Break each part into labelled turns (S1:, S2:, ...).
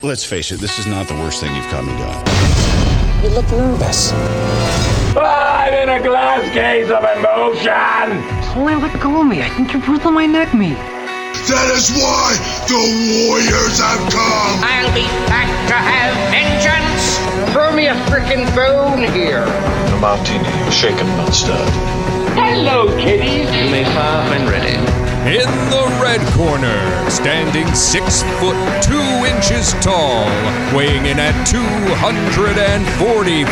S1: Let's face it, this is not the worst thing you've come and done.
S2: You look nervous.
S3: I'm in a glass case of emotion.
S2: Don't let it go of me. I think you're bruising my neck, me.
S4: That is why the Warriors have come!
S5: I'll be back to have vengeance. Throw me a freaking bone here.
S6: A martini, shaken, not stirred.
S3: Hello, kitties. You may fire when ready.
S7: In the red corner, standing six foot two inches tall, weighing in at 245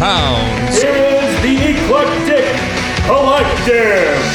S7: pounds,
S8: is the Eclectic Collective.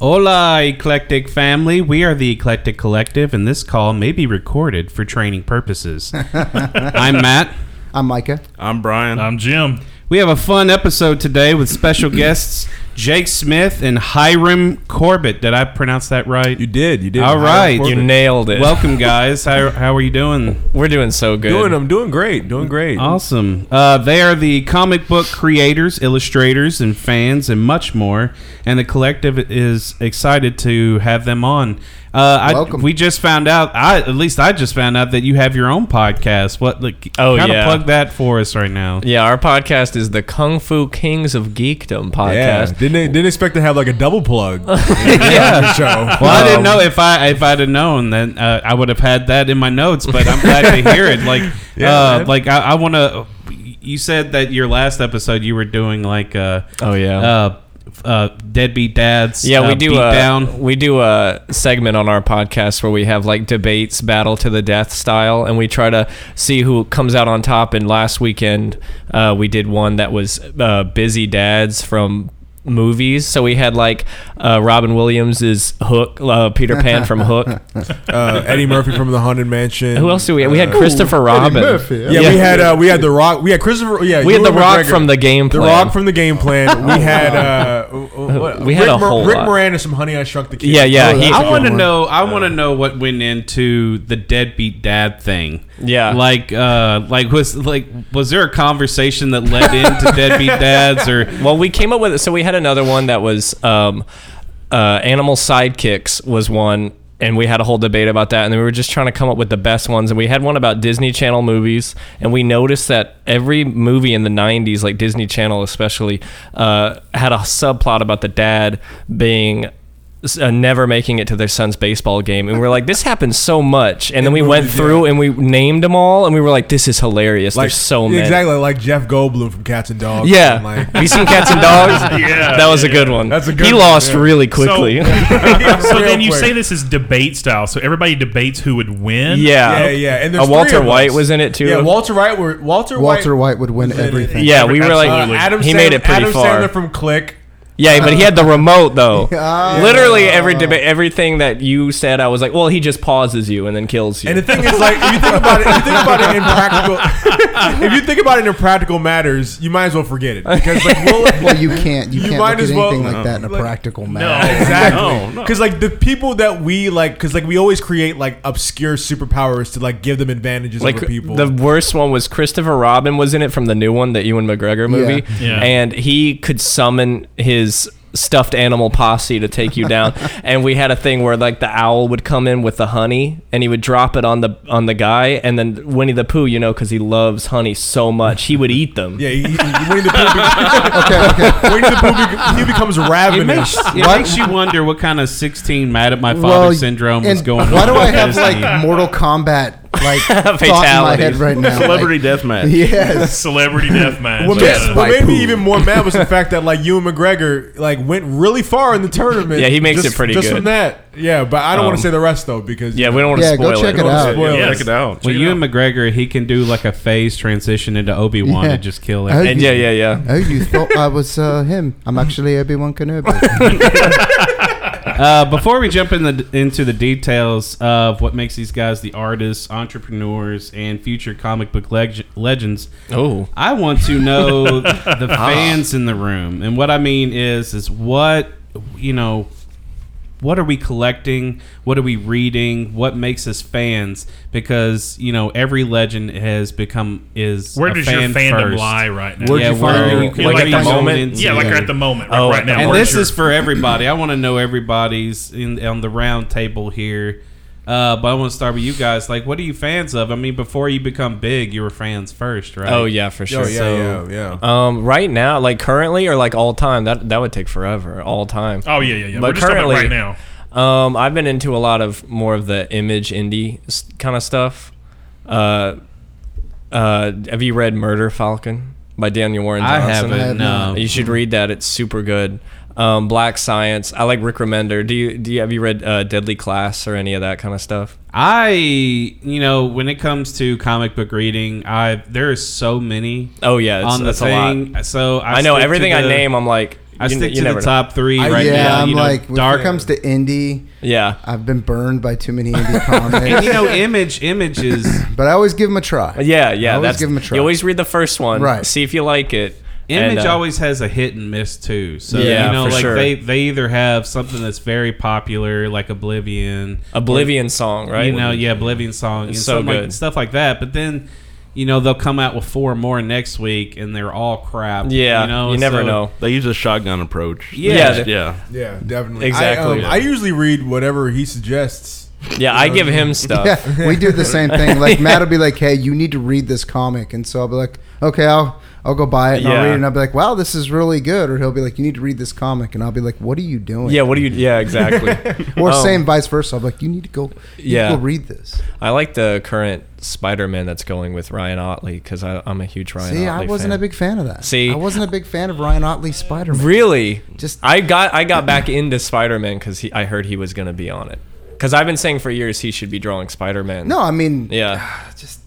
S9: Hola, eclectic family. We are the Eclectic Collective, and this call may be recorded for training purposes. I'm Matt.
S10: I'm Micah.
S11: I'm Brian.
S12: I'm Jim.
S9: We have a fun episode today with special guests Jake Smith and Hiram Corbett. Did I pronounce that right?
S11: you did. You did.
S9: All right.
S11: We're
S9: You
S12: nailed it.
S9: Welcome, guys. How, how are you doing?
S12: we're doing so good.
S11: doing. I'm doing great. Doing great.
S9: Awesome. Uh, they are the comic book creators, illustrators, and fans, and much more. And the collective is excited to have them on. Uh, I,
S10: Welcome.
S9: We just found out. I at least I just found out that you have your own podcast. What? Like,
S12: Oh,
S9: kinda
S12: yeah.
S9: plug that for us right now.
S12: Yeah, our podcast is the Kung Fu Kings of Geekdom
S11: Yeah.
S12: podcast.
S11: Didn't they, didn't expect to have like a double plug. yeah. Show.
S9: Well, I
S12: Um,
S9: didn't know if I if I'd have known, then uh, I would have had that in my notes. But I'm glad to hear it. Like, uh,
S11: man.
S9: like I, I want to. You said that your last episode you were doing like. Uh,
S12: Oh, yeah.
S9: Uh, uh, deadbeat dads.
S12: Yeah,
S9: uh,
S12: we do
S9: beat
S12: a
S9: down.
S12: we do a segment on our podcast where we have like debates, battle to the death style, and we try to see who comes out on top. And last weekend, uh, we did one that was uh, busy dads from movies. So we had like uh, Robin Williams is Hook, uh, Peter Pan from Hook.
S11: Uh, Eddie Murphy from the Haunted Mansion.
S12: Who else do we? We had
S11: Uh,
S12: Christopher Robin.
S10: Murphy.
S11: Yeah, we had uh, we had the Rock. We had Christopher. Yeah,
S12: We had The
S11: Ewan
S12: Rock from the game
S11: The
S12: plan.
S11: Rock from the game plan. We had uh, what-
S12: We had
S11: Rick
S12: a whole
S11: Rick
S12: lot.
S11: Moran and some Honey I Shrunk the Kids.
S12: Yeah, yeah.
S10: Oh,
S12: he-
S10: that's
S9: I
S10: a
S9: want to
S10: good one.
S9: know. I want to know what went into the deadbeat dad thing.
S12: Yeah.
S9: like, uh, like was like was there a conversation that led into deadbeat dads or
S12: Well, we came up with it. So we had another one that was um, uh, animal sidekicks was one, and we had a whole debate about that. And then we were just trying to come up with the best ones. And we had one about Disney Channel movies, and we noticed that every movie in the '90s, like Disney Channel especially, uh, had a subplot about the dad being. Uh, never making it to their son's baseball game, and we we're like, "This happens so much." And then we went
S11: movies,
S12: through and we named them all, and we were like, "This is hilarious." There's so many.
S11: Exactly like Jeff Goldblum from Cats and Dogs.
S12: Yeah.
S11: And, like,
S12: Have you seen Cats and Dogs?
S8: Yeah,
S12: That was a good one.
S11: That's a good
S12: He
S11: one,
S12: lost
S11: yeah.
S12: really quickly.
S8: so
S11: Real
S8: then you
S11: quick.
S8: say this is debate style. So everybody debates who would win.
S12: yeah.
S11: Yeah, yeah, and
S12: Uh,
S11: there's
S12: Walter
S11: three of
S12: White
S11: us.
S12: was in it too.
S11: Yeah, Walter White. Were, Walter
S10: Walter
S11: White.
S10: White would win everything.
S12: Yeah, we were like,
S8: Absolutely.
S11: Uh, Adam
S12: he
S11: Sandler,
S12: made it pretty
S11: Adam
S12: far.
S11: Sandler from Click.
S12: yeah, but he had the remote though.
S11: Ah.
S10: Yeah.
S12: Literally every debate, everything that you said, I was like, well, he just pauses you and then kills you.
S11: And the thing is, like, if you think about it, if you think about it in practical, if you think about it in practical matters, you might as well forget it because like, we'll,
S10: Well, you can't. You,
S11: You
S10: can't
S11: might
S10: look
S11: as
S10: at
S11: well-
S10: anything like that in a
S11: Like,
S10: practical
S8: No,
S10: matter.
S11: exactly.
S8: No, no.
S11: Because like the people that we like, because like we always create like obscure superpowers to like give them advantages
S12: like
S11: over people.
S12: the worst one was Christopher Robin was in it from the new one, the Ewan McGregor movie,
S8: Yeah. Yeah.
S12: and he could summon his stuffed animal posse to take you down. and we had a thing where like the owl would come in with the honey, and he would drop it on the on the guy, and then Winnie the Pooh, you know, because he loves honey so much, he would eat them.
S11: yeah, he, he, Winnie the Pooh.
S10: Okay, okay.
S11: Be- Winnie the Pooh. Be- he becomes
S9: It
S11: ravenous.
S9: makes, it makes you wonder what kind of 16 mad at my father
S10: Well,
S9: syndrome is
S10: and
S9: going
S10: Why
S9: on.
S10: do I
S9: with
S10: have
S9: Disney.
S10: like Mortal Kombat like
S12: fatalities.
S10: thought in my head right now.
S13: Celebrity
S10: like,
S13: deathmatch.
S10: Yes.
S8: Celebrity Uh, deathmatch.
S11: What,
S8: Yes.
S11: made, what made me even more mad was the fact that like Ewan McGregor like went really far in the tournament.
S12: Yeah, he makes
S11: just-
S12: it pretty
S11: just
S12: good.
S11: from that. Yeah, but I don't want
S12: Um,
S11: to say the rest though because
S12: yeah, we don't wanna Yeah, go spoil check it. it
S11: Don't wanna
S12: out.
S11: spoil
S12: Yeah,
S11: it.
S12: check it out.
S9: Well, you and McGregor, he can do like a phase transition into Obi Wan and just kill
S10: Oh,
S9: it.
S10: you- Oh, you thought I was uh, him? I'm actually Obi Wan Kenobi.
S9: Uh, before we jump in the, into the details of what makes these guys the artists, entrepreneurs, and future comic book leg- legends,
S12: oh,
S9: I want to know the
S12: Ah.
S9: fans in the room, and what I mean is, is what you know, what are we collecting? What are we reading? What makes us fans? Because you know, every legend has become is
S8: Where
S9: a
S8: does your
S9: fan
S8: fandom
S9: first.
S8: lie right now? Where'd you find it? Yeah, like
S9: where
S8: at the
S9: are you
S8: moment?
S9: zoned into?
S8: Yeah, like at the moment, like
S12: Oh,
S8: right now.
S9: And
S8: Where's
S9: this
S8: your-
S9: is for everybody. I want to know everybody's in on the round table here. Uh, but I want to start with you guys. Like, what are you fans of? I mean, before you become big, you were fans first, right?
S12: Oh yeah, for sure.
S9: So-
S12: yeah. Um, right now, like currently or like all time, that that would take forever. All time.
S8: Oh, yeah, yeah, yeah. We're just talking about right now.
S12: Um, I've been into a lot of more of the image indie kind of stuff. Uh, uh, have you read Murder Falcon by Daniel Warren
S9: I
S12: Johnson?
S9: haven't, I have no.
S12: You should read that. It's super good. Um, Black Science. I like Rick Remender. Do you do you have you read uh, Deadly Class or any of that kind of stuff?
S9: I, you know, when it comes to comic book reading, I there is so many.
S12: Oh yeah, it's,
S9: on the
S12: that's
S9: thing.
S12: a lot.
S9: So I,
S12: I know
S9: stick to
S12: everything I
S9: the-
S12: name. I'm like,
S9: I
S12: you-
S9: stick
S12: you
S9: to
S12: never
S9: the
S12: know.
S9: top three
S10: I-
S9: right
S10: yeah,
S9: now.
S10: I'm
S9: you know,
S10: like
S9: dark
S10: when it comes to indie.
S12: Yeah,
S10: I've been burned by too many indie comics.
S9: and you know, image images.
S10: but I always give them a try.
S12: Yeah,
S10: I
S12: yeah.
S10: always
S12: That's
S10: give them a try.
S12: you always read the first one,
S10: Right.
S12: See if you like it.
S9: Image
S12: and, uh,
S9: always has a hit and miss too. So
S12: Yeah,
S9: you know,
S12: for
S9: like
S12: sure.
S9: they they either have something that's very popular, like Oblivion,
S12: Oblivion song, right?
S9: You know, yeah, Oblivion song,
S12: It's
S9: and
S12: so
S9: stuff like-
S12: good.
S9: stuff like that. But then, you know, they'll come out with four more next week, and they're all crap. you, know? So-
S13: They use a shotgun approach.
S9: Yeah.
S13: yeah,
S11: Yeah, definitely. I, um,
S13: Exactly.
S11: I usually read whatever he suggests.
S12: Yeah, I give him stuff.
S10: Yeah, we do the same thing. Like Matt will be like, "Hey, you need to read this comic," and so I'll be like, "Okay, I'll I'll go buy it and I'll
S12: Yeah.
S10: read it." And I'll be like, "Wow, this is really good," or he'll be like, "You need to read this comic," and I'll be like, "What are you doing?"
S12: Yeah, what do you? Yeah, exactly.
S10: or
S12: Um,
S10: same vice versa. I'm like, "You need to go, you need
S12: Yeah,
S10: to go read this."
S12: I like the current Spider-Man that's going with Ryan Otley because I'm a huge Ryan.
S10: See, I
S12: Otley
S10: wasn't
S12: fan.
S10: a big fan of that.
S12: See,
S10: I wasn't a big fan of Ryan Otley's Spider Man.
S12: Really?
S10: Just
S12: I got I got back into Spider-Man because I heard he was going to be on it. Because I've been saying for years he should be drawing Spider-Man.
S10: No, I mean,
S12: yeah, just.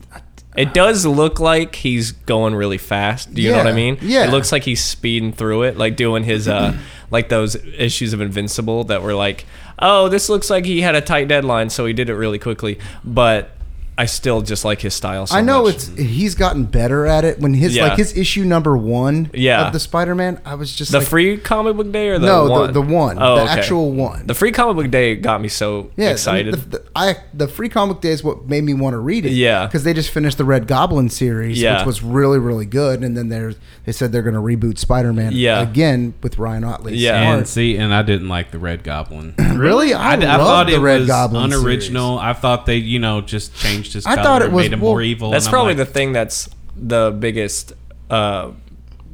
S12: It does look like he's going really fast. Do you know what I
S10: Yeah,
S12: mean?
S10: yeah.
S12: It looks like he's speeding through it, like doing his uh like those issues of Invincible that were like, "Oh, this looks like he had a tight deadline, so he did it really quickly." But I still just like his style so
S10: I know
S12: much.
S10: it's he's gotten better at it. When his
S12: Yeah.
S10: like his issue number one
S12: Yeah.
S10: of the Spider Man, I was just
S12: the
S10: like,
S12: free comic book day or the
S10: No, the-
S12: one?
S10: the one.
S12: Oh,
S10: The
S12: okay.
S10: actual one.
S12: The free comic book day got me so
S10: Yeah, I mean,
S12: excited.
S10: the, the, I the free comic day is what made me want to read it.
S12: Yeah.
S10: because they just finished the Red Goblin series,
S12: Yeah.
S10: which was really really good. And then there's they said they're going to reboot Spider Man
S9: Yeah.
S10: again with Ryan Otley.
S9: and see, and I didn't like the Red Goblin.
S10: Really? I
S9: d-
S10: love the Red
S9: was
S10: Goblin
S9: unoriginal. I thought they, you know, just changed his.
S10: I
S9: color,
S10: thought it was-
S9: made him
S10: well,
S9: more evil.
S12: That's
S9: and I'm
S12: probably
S9: like,
S12: the thing that's the biggest. Uh,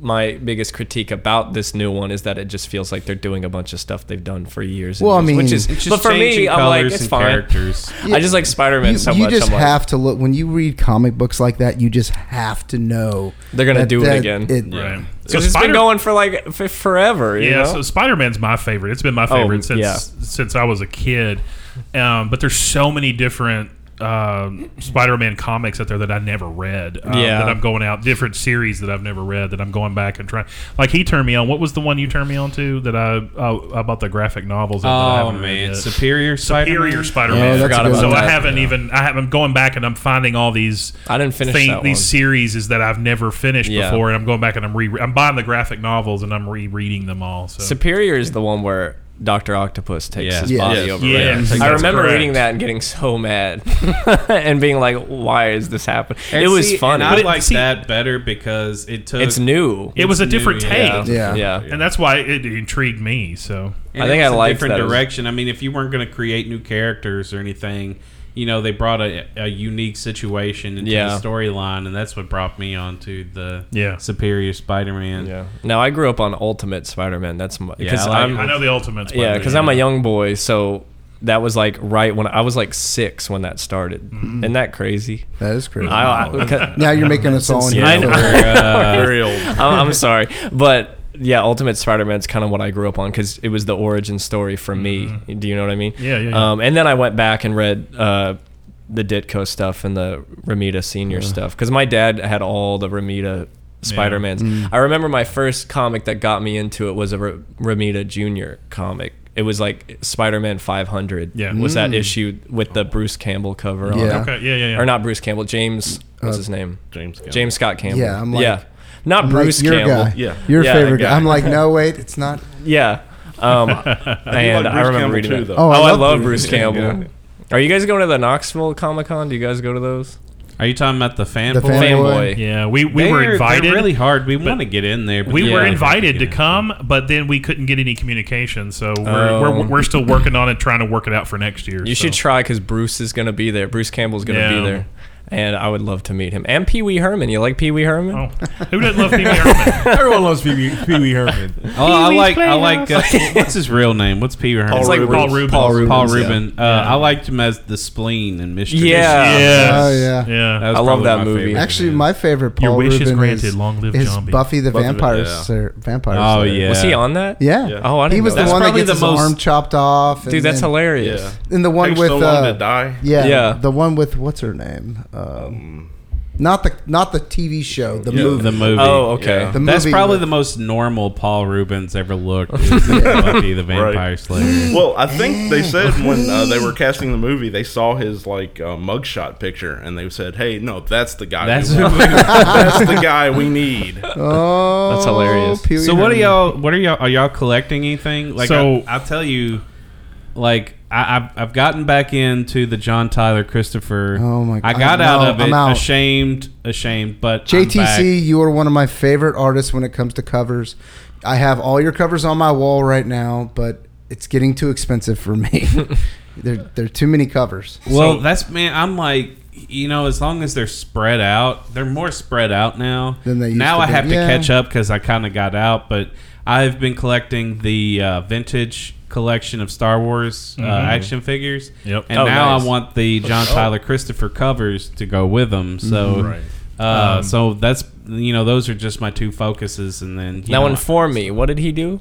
S12: my biggest critique about this new one is that it just feels like they're doing a bunch of stuff they've done for years. and
S10: Well, I
S12: years,
S10: mean-
S12: which is
S10: It's just
S12: but for me,
S9: changing
S12: I'm like
S9: colors
S12: it's
S9: and
S12: fine.
S9: characters.
S12: I just like Spider-Man
S10: you,
S12: so
S10: you
S12: much.
S10: just
S12: I'm like,
S10: have to look when you read comic books like that. You just have to know
S12: they're gonna
S10: that-
S12: do it
S10: that
S12: again.
S10: It,
S12: So it's been going for like f- forever. you
S8: yeah,
S12: know?
S8: so Spider Man's my favorite. It's been my
S12: Oh,
S8: favorite since
S12: yeah.
S8: since I was a kid. Um, but there's so many different um, Spider-Man comics out there that I never read. Um,
S12: Yeah.
S8: that I'm going out different series that I've never read that I'm going back and trying. Like he turned me on. What was the one you turned me on to that I uh, about the graphic novels? of that I
S9: Oh,
S8: haven't read
S9: man.
S8: yet?
S9: Superior Spider-Man?
S8: Superior
S9: Yeah,
S8: Spider-Man.
S9: that's a Forgot good about
S8: so
S9: one.
S8: I
S9: that.
S8: haven't even. I have, I'm going back and I'm finding all these. I didn't
S12: finish that
S8: these
S12: one.
S8: series is that I've never finished
S12: Yeah.
S8: before, and I'm going back and I'm re. I'm buying the graphic novels and I'm rereading them all. So
S12: Superior is the one where Doctor Octopus takes
S8: Yeah.
S12: his
S8: Yes.
S12: body
S8: Yes.
S12: over.
S8: Yeah,
S12: right?
S8: I think
S12: I
S8: that's
S12: remember
S8: correct.
S12: reading that and getting so mad and being like, "Why is this happening?"
S9: And
S12: It was
S9: see,
S12: fun.
S9: and I like that better because it took.
S12: It's new.
S8: It was a
S9: It's new,
S8: different
S9: yeah.
S8: take. And that's why it intrigued me. So
S9: And it was a different direction. I mean, if you weren't going to create new characters or anything, you know, they brought a, a unique situation into
S12: Yeah.
S9: the storyline, and that's what brought me onto the
S12: Yeah.
S9: Superior Spider-Man.
S12: Yeah. Now I grew up on Ultimate Spider-Man. That's my
S9: Yeah,
S12: because
S9: I like-
S12: I'm
S9: I know the
S8: Ultimate
S12: Yeah,
S8: Spider-Man,
S12: because I'm a young boy, so that was like right when I was like six when that started. Isn't that crazy?
S10: That is crazy.
S12: I, I-
S10: Now you're making us all
S12: Since-
S10: into
S12: I
S10: it.
S12: know.
S10: We're, uh,
S12: Very old. I'm, I'm sorry, but yeah, Ultimate Spider-Man is kind of what I grew up on because it was the origin story for me. Do you know what I mean?
S8: Mm-hmm. Yeah, yeah, yeah.
S12: Um, and then I went back and read uh, the Ditko stuff and the Ramita Senior
S8: Yeah.
S12: stuff because my dad had all the Ramita Spider-Mans.
S8: Mm.
S12: I remember my first comic that got me into it was a R- Ramita Junior comic. It was like Spider-Man 500.
S8: Yeah.
S12: was that
S8: Mm.
S12: issue with the Bruce Campbell cover? On
S8: Yeah.
S12: it.
S8: Okay, yeah, yeah, yeah.
S12: Or not Bruce Campbell. James. What's
S10: Uh,
S12: his name?
S13: James Campbell.
S12: James Scott Campbell.
S10: Yeah, I'm like,
S12: yeah. Not
S10: I'm like
S12: Bruce
S10: your
S12: Campbell.
S10: Guy. Your
S12: Yeah,
S10: favorite
S12: that
S10: guy. I'm like, no, wait, it's not.
S12: yeah. Um, and
S10: Bruce
S12: I remember
S10: Campbell
S12: reading
S10: too,
S12: that.
S10: though.
S12: Oh, I, love, Bruce Campbell. Are you guys going to the Knoxville Comic Con? Do you guys go to those?
S9: Are you talking about the fan
S12: The
S9: boy?
S12: fanboy. Fanboy.
S8: Yeah, we, we
S9: They're-
S8: were
S9: they're
S8: invited.
S9: really hard. We want to get in there. but
S8: We
S9: yeah.
S8: were invited to come, but then we couldn't get any communication, so we're,
S12: Oh.
S8: we're, we're still working on it, trying to work it out for next year.
S12: You
S8: so.
S12: should try because Bruce is going to be there. Bruce Campbell's going to
S8: Yeah.
S12: be there. And I would love to meet him. And Pee Wee Herman. You like Pee Wee Herman?
S8: Oh. Who doesn't love Pee Wee Herman?
S11: Everyone loves Pee Wee Pee Wee Herman.
S9: Oh, I like I like uh, what's his real name? What's Pee Wee Herman?
S12: It's like Paul Rubens.
S9: Paul
S12: Paul
S9: Rubin.
S12: Rubens,
S9: Paul
S12: yeah.
S9: Rubin. Uh, I liked him as the spleen in Mystery.
S12: Yeah. Yes. Oh, yeah.
S9: That was
S12: I love
S9: probably
S12: that
S9: my
S12: movie.
S9: favorite.
S10: Actually, my favorite Paul
S9: Your wish is
S10: Rubin
S9: granted.
S10: is,
S9: Long live
S10: is
S9: zombie.
S10: Buffy the
S9: Buffy the-
S10: Vampire
S9: yeah.
S10: Sir, Vampire.
S12: Ah,
S9: Oh,
S10: Slayer.
S9: yeah.
S12: Was he on that?
S10: Yeah.
S12: Yeah. Oh, I didn't
S10: He was
S12: know
S10: the
S12: that.
S10: one that
S12: That's
S10: gets his
S12: probably the
S10: arm
S12: most-
S10: chopped off. and
S12: Dude, that's
S10: then-
S12: hilarious.
S13: Yeah.
S10: And the one
S13: Takes
S10: with
S13: so long
S10: uh,
S13: to die.
S10: Yeah,
S12: Yeah.
S10: The one with what's her name? Um, not the not the TV show. The
S9: Yeah,
S10: movie.
S9: The movie.
S12: Oh, okay.
S10: The
S9: That's
S10: movie
S9: probably
S10: with-
S9: the most normal Paul Rubens ever looked. is Buffy the Vampire Slayer.
S13: Well, I think they said when uh, they were casting the movie, they saw his like uh, mugshot picture, and they said, "Hey, no, that's the guy. we
S9: That's
S13: want.
S9: who we-
S13: that's the guy we need."
S10: Oh,
S12: That's hilarious.
S10: Pee Wee
S9: so what are
S10: Herman.
S9: y'all? What are y'all? Are y'all collecting anything? Like,
S8: So-
S9: I, will tell you, like I, I've I've gotten back into the John Tyler Christopher.
S10: Oh my
S9: I
S10: God.
S9: got
S10: No,
S9: out of
S10: I'm
S9: it.
S10: out.
S9: Ashamed, ashamed. But I'm back.
S10: JTC, you are one of my favorite artists when it comes to covers. I have all your covers on my wall right now, but it's getting too expensive for me. there, there are too many covers.
S9: Well, that's man. I'm like, you know, as long as they're spread out, they're more spread out now.
S10: Than they used
S9: now
S10: to
S9: I
S10: be.
S9: have
S10: Yeah.
S9: to catch up because I kind of got out, but I've been collecting the uh, vintage collection of Star Wars uh,
S8: Mhm.
S9: action figures.
S8: Yep.
S9: And
S8: Oh,
S9: now
S8: nice.
S9: I want the John
S8: Oh.
S9: Tyler Christopher covers to go with them.
S10: Mm-hmm.
S9: So.
S8: Mhm. Right.
S9: Uh,
S8: Um,
S9: so that's you know those are just my two focuses, and then you
S12: Now
S9: know,
S12: inform me. What did he do?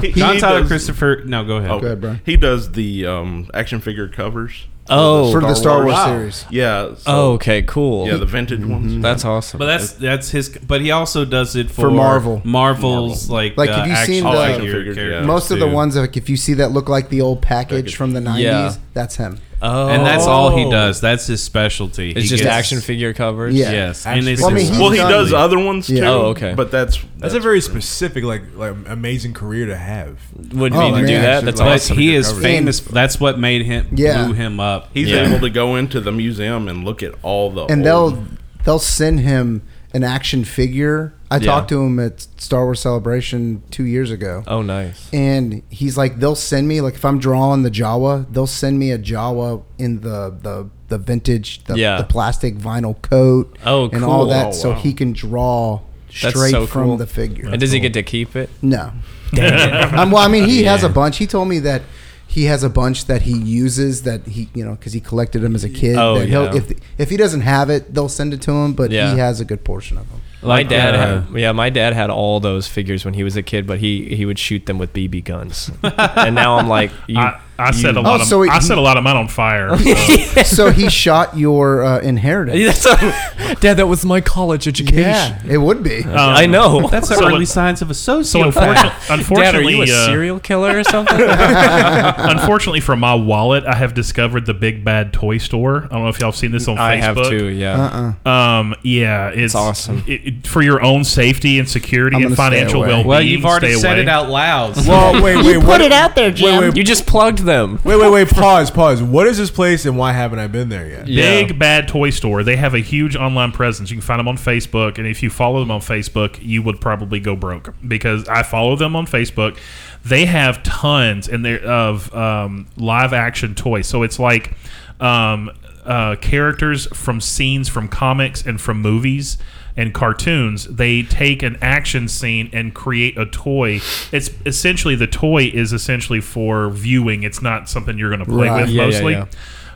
S13: He-
S9: John
S13: he
S9: Tyler
S13: does-
S9: Christopher. No, go ahead.
S13: Oh, He does the um, action figure covers.
S12: Oh. For the
S10: Star Wars series. Mm-hmm.
S13: Yeah. so-
S12: Oh, okay, cool.
S13: Yeah, the vintage ones.
S12: That's awesome.
S9: But that's that's his. But he also does it for,
S10: For Marvel.
S9: Marvel's like
S10: Like,
S9: uh,
S10: have you
S9: action
S10: seen the- All action
S9: figure
S13: figures, yeah.
S9: characters,
S10: Most of the
S9: too.
S10: ones, like if you see that look like the old package from the '90s,
S12: Yeah.
S10: that's him.
S12: Oh.
S9: and that's all he does. That's his specialty.
S12: It's
S9: He
S12: just
S9: gets-
S12: action figure covers.
S10: Yeah.
S9: Yes,
S10: Action
S9: and it's
S10: figure Well, I mean,
S9: his-
S10: he's
S13: Well, he
S10: done-
S13: does other ones
S10: Yeah.
S13: too.
S12: Oh, okay.
S13: But that's
S11: That's a very specific, like, like amazing career to have.
S12: Would
S10: Oh,
S12: mean to do
S10: man.
S12: that? That's
S9: but
S12: awesome.
S9: he is
S11: Covers.
S9: famous. That's what made him
S10: Yeah.
S9: blew him up.
S13: He's
S12: Yeah.
S13: able to go into the museum and look at all the
S10: and
S13: old-
S10: they'll they'll send him an action figure. I
S12: Yeah.
S10: talked to him at Star Wars Celebration two years ago.
S12: Oh, nice.
S10: and he's like they'll send me like if i'm drawing the jawa they'll send me a jawa in the the the vintage the,
S12: Yeah.
S10: the plastic vinyl coat
S12: Oh,
S10: and all
S12: cool.
S10: that
S12: Oh,
S10: so
S12: wow.
S10: he can draw
S12: That's
S10: straight
S12: so
S10: from
S12: cool.
S10: the figure
S12: And does he get to keep it?
S10: no um, well i mean he has a bunch he told me that he has a bunch that he uses that he you know because he collected them as a kid
S12: Oh,
S10: that he'll-
S12: yeah.
S10: if, if he doesn't have it they'll send it to him but
S12: Yeah.
S10: he has a good portion of them
S9: Like,
S12: my dad,
S9: uh,
S12: had, yeah, my dad had all those figures when he was a kid, but he he would shoot them with BB guns. and now I'm like, you,
S8: I, I set a
S12: you-
S8: lot.
S10: Oh,
S8: of,
S10: so he-
S8: I set a lot of mine on fire. so-
S10: so he shot your uh, inheritance
S12: That's a- Dad, that was my college education.
S10: yeah it would be
S8: Uh,
S12: I know.
S9: That's the
S8: So
S9: early
S8: it-
S9: signs of a sociopath.
S8: So unfortunately,
S12: Dad, are
S8: unfortunately,
S12: you a
S8: uh,
S12: serial killer or something?
S8: unfortunately for my wallet, I have discovered the Big Bad Toy Store. I don't know if y'all seen this on
S12: I have
S8: Facebook.
S12: too. Yeah.
S10: uh-uh
S8: Um. Yeah, it's,
S12: awesome.
S8: It, it- for your own safety and security
S10: I'm
S8: and
S10: gonna stay
S8: financial
S10: away.
S8: well-being.
S9: well, you've already
S8: stay
S9: said
S8: away.
S9: it out loud.
S11: Well, wait, wait, what,
S12: out there,
S11: Jim. wait.
S12: You just plugged them.
S11: wait, wait, wait. Pause, pause. What is this place, and why haven't I been there yet?
S12: Yeah.
S8: Big Bad Toy Store. They have a huge online presence. You can find them on Facebook, and if you follow them on Facebook, you would probably go broke because I follow them on Facebook. They have tons and they're of um, live action toys. So it's like um, uh, characters from scenes from comics and from movies and cartoons. They take an action scene and create a toy. It's essentially the toy is essentially for viewing. It's not something you're going to play
S10: Right.
S8: with
S10: Yeah, yeah,
S8: mostly.
S10: yeah.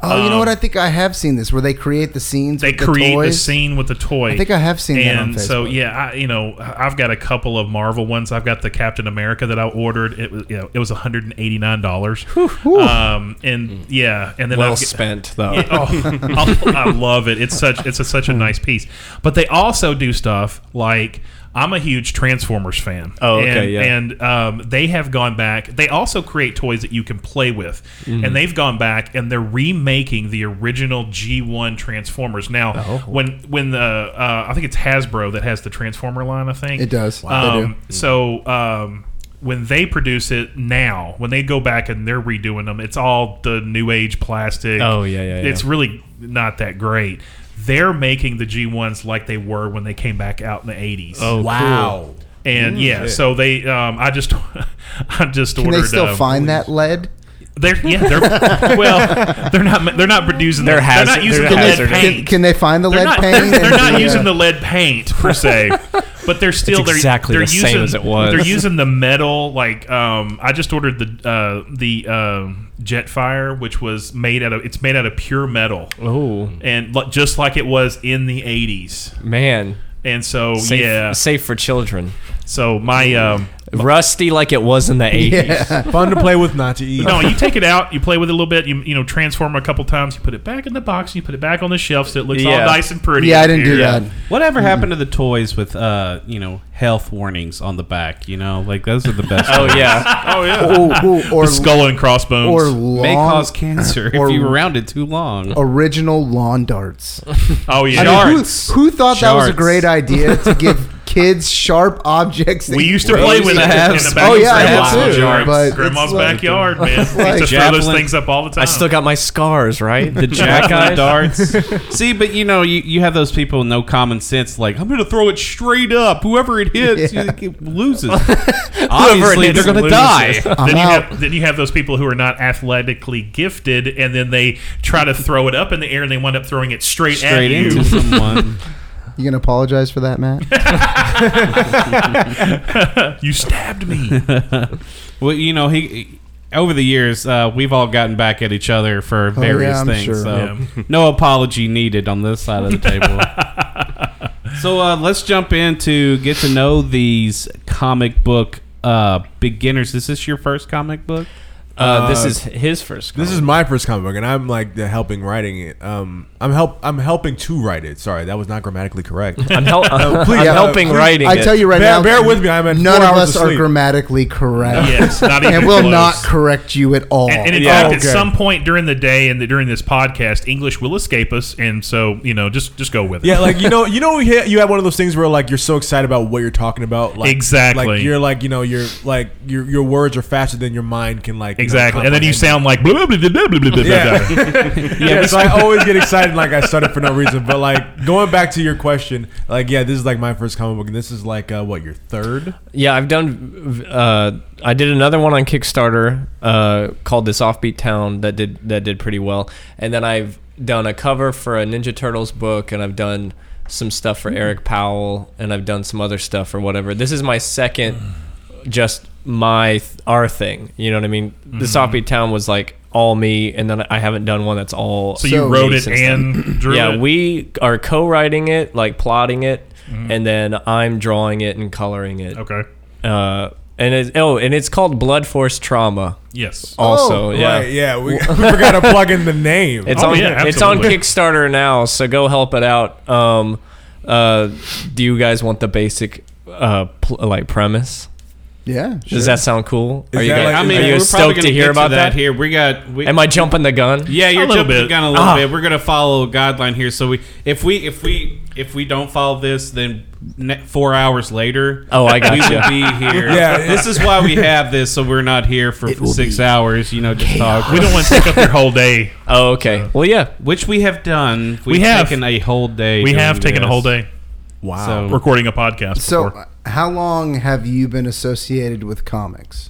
S10: Oh, you know
S8: Um,
S10: what? I think I have seen this where they create the scenes.
S8: they
S10: with the
S8: create the
S10: toys.
S8: scene with the toy.
S10: I think I have seen that on
S8: and so yeah, I, you know, I've got a couple of Marvel ones. I've got the Captain America that I ordered. It was you know it was one hundred and eighty nine dollars. Um, and yeah, and then
S12: Well
S8: I've g-
S12: spent, though.
S8: Yeah, oh, I- I love it. It's such it's a, such a nice piece. But they also do stuff like. I'm a huge Transformers fan.
S12: Oh, okay,
S8: and,
S12: yeah.
S8: And um, they have gone back. They also create toys that you can play with,
S12: Mhm.
S8: and they've gone back and they're remaking the original G1 Transformers. Now,
S12: Oh.
S8: when when the uh, I think it's Hasbro that has the Transformer line. I think
S10: It does. Wow. They do.
S8: Um, so um, when they produce it now, when they go back and they're redoing them, it's all the new age plastic.
S12: Oh, yeah, yeah, yeah.
S8: It's really not that great. They're making the G1s like they were when they came back out in the 80s.
S12: Oh, Wow. cool.
S8: And
S12: Ooh,
S8: yeah,
S12: shit.
S8: so they, um, I just, I just
S10: Can
S8: ordered.
S10: they still
S8: uh,
S10: find that lead?
S8: They're yeah. They're well. They're not. They're not producing.
S10: They're
S8: They're,
S10: hazard-
S8: not using
S10: they're
S8: the lead
S10: hazardous.
S8: paint.
S10: Can- can they find the
S8: They're
S10: lead
S8: not-
S10: paint
S8: They're, they're
S10: and
S8: not
S10: the, uh,
S8: using the lead paint per se, but they're still
S12: It's
S8: they're,
S12: exactly
S8: they're
S12: the
S8: using,
S12: same as it was.
S8: They're using the metal. Like um, I just ordered the uh, the um, Jetfire, which was made out of it's made out of pure metal.
S12: Oh.
S8: and lo- just like it was in the eighties,
S12: man.
S8: And so
S12: Safe-
S8: yeah,
S12: safe for children.
S8: So my um,
S12: rusty like it was in the eighties.
S11: Fun to play with, not to eat.
S8: No, you take it out, you play with it a little bit, you you know, transform it a couple times, you put it back in the box, you put it back on the shelf so it looks all nice and pretty. Yeah.
S9: Whatever
S10: Mm-hmm.
S9: happened to the toys with uh, you know, health warnings on the back? You know, like those are the best.
S12: Oh,
S9: toys.
S12: yeah. Oh, yeah.
S10: Ooh, ooh, or- The skull and
S8: crossbones.
S10: or long,
S9: may cause cancer
S10: or-
S9: if you round it too long.
S10: original lawn darts.
S8: Oh yeah.
S10: I mean,
S8: Shards.
S10: who, who thought that was a
S8: Shards.
S10: great idea to give kids sharp objects?
S8: We
S10: that-
S8: used to play with it in the back
S10: Oh
S8: of
S10: yeah, I
S8: grandma's
S10: did too.
S8: backyard.
S10: But it's
S8: Grandma's
S10: like-
S8: backyard, man. Used to throw those
S9: Javelin-
S8: things up all the time.
S12: I still got my scars, right?
S9: the jack
S12: Guys.
S9: darts. See, but you know, you, you have those people with no common sense. Like, I'm going to throw it straight up. Whoever it hits
S8: Yeah.
S9: you- it loses. Obviously, they're going to die.
S8: then, you Have, then you have those people who are not athletically gifted, and then they try to throw it up in the air, and they wind up throwing it straight,
S9: Straight
S8: at you.
S9: into someone.
S10: You gonna apologize for that, Matt?
S8: you stabbed me.
S9: well, you know, he over the years uh, we've all gotten back at each other
S12: Oh,
S9: for
S10: yeah,
S9: various
S10: I'm
S9: things.
S10: sure.
S9: So
S10: Yeah.
S9: no apology needed on this side of the table. so uh, let's jump into get to know these comic book uh, beginners. Is this your first comic book?
S11: This is my first comic book, and I'm like the helping writing it. Um, I'm help. I'm helping to write it. Sorry, that was not grammatically correct.
S12: I'm hel-
S11: Uh, please,
S10: Yeah,
S11: uh,
S10: uh,
S11: please-
S10: I tell you right
S11: bear,
S10: now,
S11: Bear with me. I'm at
S10: none
S11: four
S10: of
S11: hours
S10: us are
S11: sleep.
S10: grammatically correct.
S8: Yes, not even
S10: and we'll
S8: close.
S10: not correct you at all.
S8: And, and in fact, at some point during the day and the, during this podcast, English will escape us, and so you know, just just go with it.
S11: Yeah, like you know, you know, you ha- you have one of those things where like you're so excited about what you're talking about, like
S8: Exactly.
S11: like you're like you know, you're like your your words are faster than your mind can like you know,
S8: exactly, and then you sound like blah blah blah blah blah blah blah. blah.
S11: yeah. yeah,
S8: we-
S11: so I always get excited like I started for no reason. But like going back to your question, like yeah, this is like my first comic book, and this is like uh, what your third.
S12: Yeah, I've done. Uh, I did another one on Kickstarter uh, called "This Offbeat Town" that did that did pretty well, and then I've done a cover for a Ninja Turtles book, and I've done some stuff for Eric Powell, and I've done some other stuff or whatever. This is my second, just my th- our thing. You know what I mean?
S9: Mm-hmm.
S12: This
S8: Mhm.
S12: Offbeat Town was like all me, and then I haven't done one that's all.
S8: So you So- wrote it and drew
S12: yeah,
S8: it?
S12: we are co-writing it, like plotting it,
S8: Mhm.
S12: and then I'm drawing it and coloring it.
S8: Okay.
S12: Uh, and it's, oh, and it's called Blood Force Trauma.
S8: Yes.
S12: Also, Oh, yeah,
S11: right, yeah, we, we forgot to plug in the name.
S12: It's on it's on Kickstarter now, so go help it out. Um, uh, do you guys want the basic uh pl- like premise?
S10: Yeah,
S12: Does that sound cool?
S9: Is
S12: are you
S9: that
S12: guys,
S9: like- I mean,
S12: are you
S9: we're probably
S12: stoked
S9: gonna
S12: to
S9: get
S12: hear
S9: to
S12: about
S9: that
S12: that,
S9: here. We got. We,
S12: Am I jumping the gun?
S9: Yeah, you're jumping the gun a little
S12: Ah,
S9: bit. We're gonna follow a guideline here. So we, if we, if we, if we don't follow this, then ne- four hours later,
S12: Oh, I
S9: we
S12: gotcha.
S9: will be here.
S12: Yeah.
S9: this is why we have this. So we're not here for six hours. You know, just talk.
S8: We don't want to take up your whole day.
S12: Oh, okay. well, yeah,
S9: which we have done. We've
S8: We have.
S9: taken a whole day.
S8: We have
S9: doing
S8: taken a
S9: this.
S8: whole day.
S11: Wow.
S9: So-
S8: recording a podcast.
S10: So,
S8: before.
S10: how long have you been associated with comics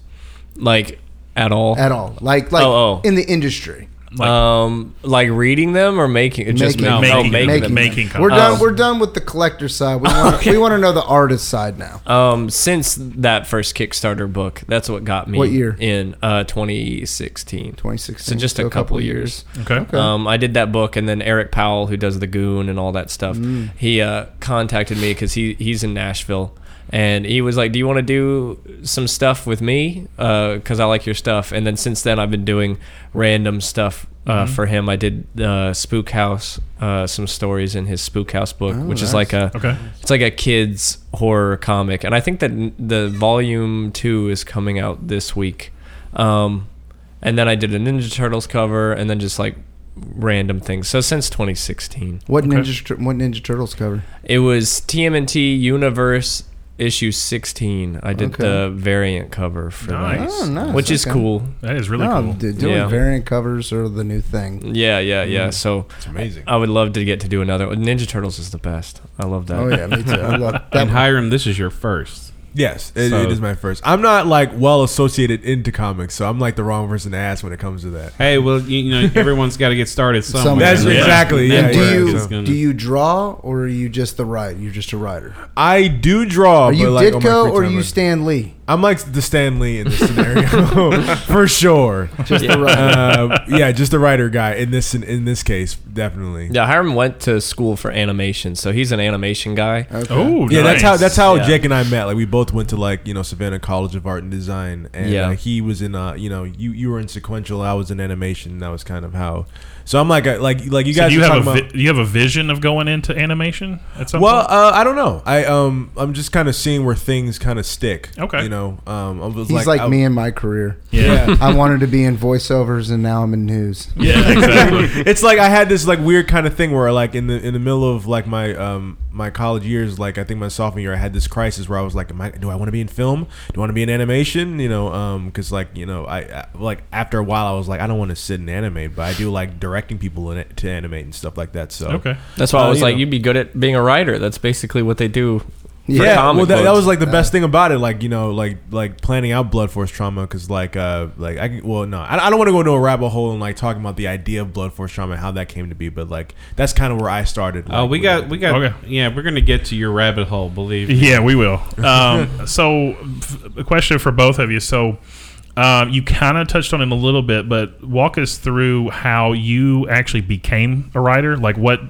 S12: like at all?
S10: at all? Like, like
S12: oh, oh.
S10: in the industry?
S12: Like, um, like reading them or making just
S10: Making-
S12: making, oh,
S10: making-
S12: making, them. Um,
S10: making We're done. We're done with the collector side. We want,
S12: Okay.
S10: we want to know the artist side now.
S12: Um, since that first Kickstarter book, that's what got me.
S10: What year?
S12: In uh, 2016.
S10: 2016.
S12: So just
S10: So
S12: a
S10: a
S12: couple
S10: couple
S12: years.
S10: years. Okay. Okay.
S12: Um, I did that book, and then Eric Powell, who does the Goon and all that stuff,
S10: Mm.
S12: he uh, contacted me because he he's in Nashville. And he was like, "Do you want to do some stuff with me? Because I like your stuff." And then since then, I've been doing random stuff uh,
S14: Mhm.
S12: for him. I did uh, Spook House, uh, some stories in his Spook House book,
S14: Oh,
S12: which is like
S14: nice.
S12: a
S14: Okay.
S12: it's like a kids horror comic, and I think that n- the volume two is coming out this week. Um, and then I did a Ninja Turtles cover, and then just like random things. So since 2016,
S10: What Ninja Tur- What Ninja Turtles cover?
S12: It was TMNT Universe issue 16. I did
S10: Okay.
S12: the variant cover for
S10: Nice.
S12: that,
S10: Oh, nice.
S12: which is
S10: Okay.
S12: cool.
S10: No, d- Doing variant covers are the new thing.
S12: Yeah, yeah, yeah.
S10: Mm.
S12: So
S10: It's amazing.
S12: I would love to get to do another. one. Ninja Turtles is the best. I love that.
S10: Oh, yeah, me too. I love that
S9: And Hiram, this is your first.
S11: Yes, it, it is my first. I'm not like well associated into comics, so I'm like the wrong person to ask when it comes to that.
S9: Hey, well, you, you know, everyone's got to get started somewhere.
S11: That's
S9: And
S11: exactly yeah.
S9: and
S11: yeah,
S9: work
S11: yeah,
S9: is
S11: so.
S9: gonna-
S10: Do you draw or are you just the writer? You're just a writer.
S11: I do draw.
S10: Are you
S11: but like on my
S10: Ditko
S11: free
S10: or
S11: time,
S10: you
S11: like-
S10: Stan Lee?
S11: I'm like the Stan Lee in this scenario for sure.
S10: Just the writer.
S11: Uh, yeah, just the writer guy in this in, in this case, definitely.
S12: Yeah, Hiram went to school for animation, so he's an animation guy.
S11: yeah, that's how that's how
S12: Yeah.
S11: Jake and I met. Like we both went to like you know Savannah College of Art and Design, and
S12: Yeah.
S11: uh, he was in uh you know you you were in sequential, I was in animation. That was kind of how. So I'm like I- like like you
S8: So
S11: guys
S8: do you
S11: were
S8: have a
S11: talking
S8: vi-
S11: about.
S8: do you have a vision of going into animation at some
S11: well,
S8: point?
S11: uh, I don't know. I um, I'm just kind of seeing where things kind of stick. Okay, you know, um, I was
S10: He's like,
S11: I-
S10: me in my career.
S11: Yeah. Yeah.
S10: I wanted to be in voiceovers and now I'm in news.
S11: it's like I had this like weird kind of thing where like in the in the middle of like my um my college years, like I think my sophomore year, I had this crisis where I was like, Am I, do I want to be in film? Do I want to be in animation? You know, um, because like you know, I, I like after a while, I was like, I don't want to sit and animate, but I do like directing people in it to animate and stuff like that. So
S12: That's why I
S11: Uh,
S12: was
S11: you
S12: like,
S11: know.
S12: you'd be good at being a writer. That's basically what they do. For
S11: Yeah, well,
S12: comic
S11: that, that
S12: books.
S11: was like the best thing about it. Like you know, like like planning out Blood Force Trauma because like uh like I can- well no, I, I don't want to go into a rabbit hole and like talking about the idea of Blood Force Trauma and how that came to be, but like that's kind of where I started.
S9: Oh,
S11: like,
S9: we
S11: with
S9: got,
S11: it.
S9: we got. Yeah, we're gonna get to your rabbit hole. Believe. me.
S8: Yeah, we will. Um, so, f- a question for both of you. So, um, you kind of touched on him a little bit, but walk us through how you actually became a writer. Like, what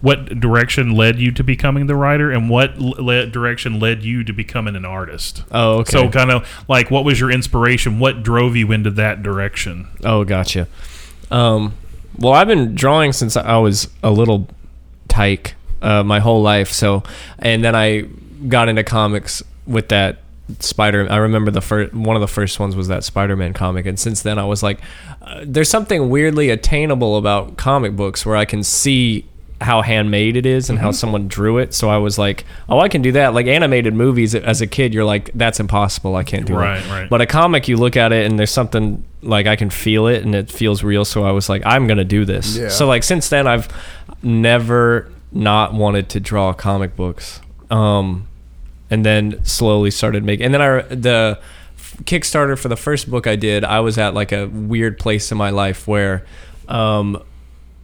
S8: what direction led you to becoming the writer, and what l- le- direction led you to becoming an artist?
S12: Oh, okay.
S8: So, kind of like, what was your inspiration? What drove you into that direction?
S12: Oh, gotcha. Um, well, I've been drawing since I was a little tyke uh, my whole life. So, and then I got into comics with that Spider. I remember the first one of the first ones was that Spider-Man comic, and since then I was like, uh, there's something weirdly attainable about comic books where I can see how handmade it is and how
S8: Mm-hmm.
S14: Mhm.
S12: someone drew it. So I was like, oh, I can do that. Like animated movies as a kid, you're like, that's impossible. I can't do
S8: Right,
S12: it.
S8: right.
S12: But a comic, you look at it and there's something like I can feel it and it feels real. So I was like, I'm gonna do this.
S14: Yeah.
S12: So like since then, I've never not wanted to draw comic books. Um, and then slowly started making. And then I the Kickstarter for the first book I did, I was at like a weird place in my life where. Um,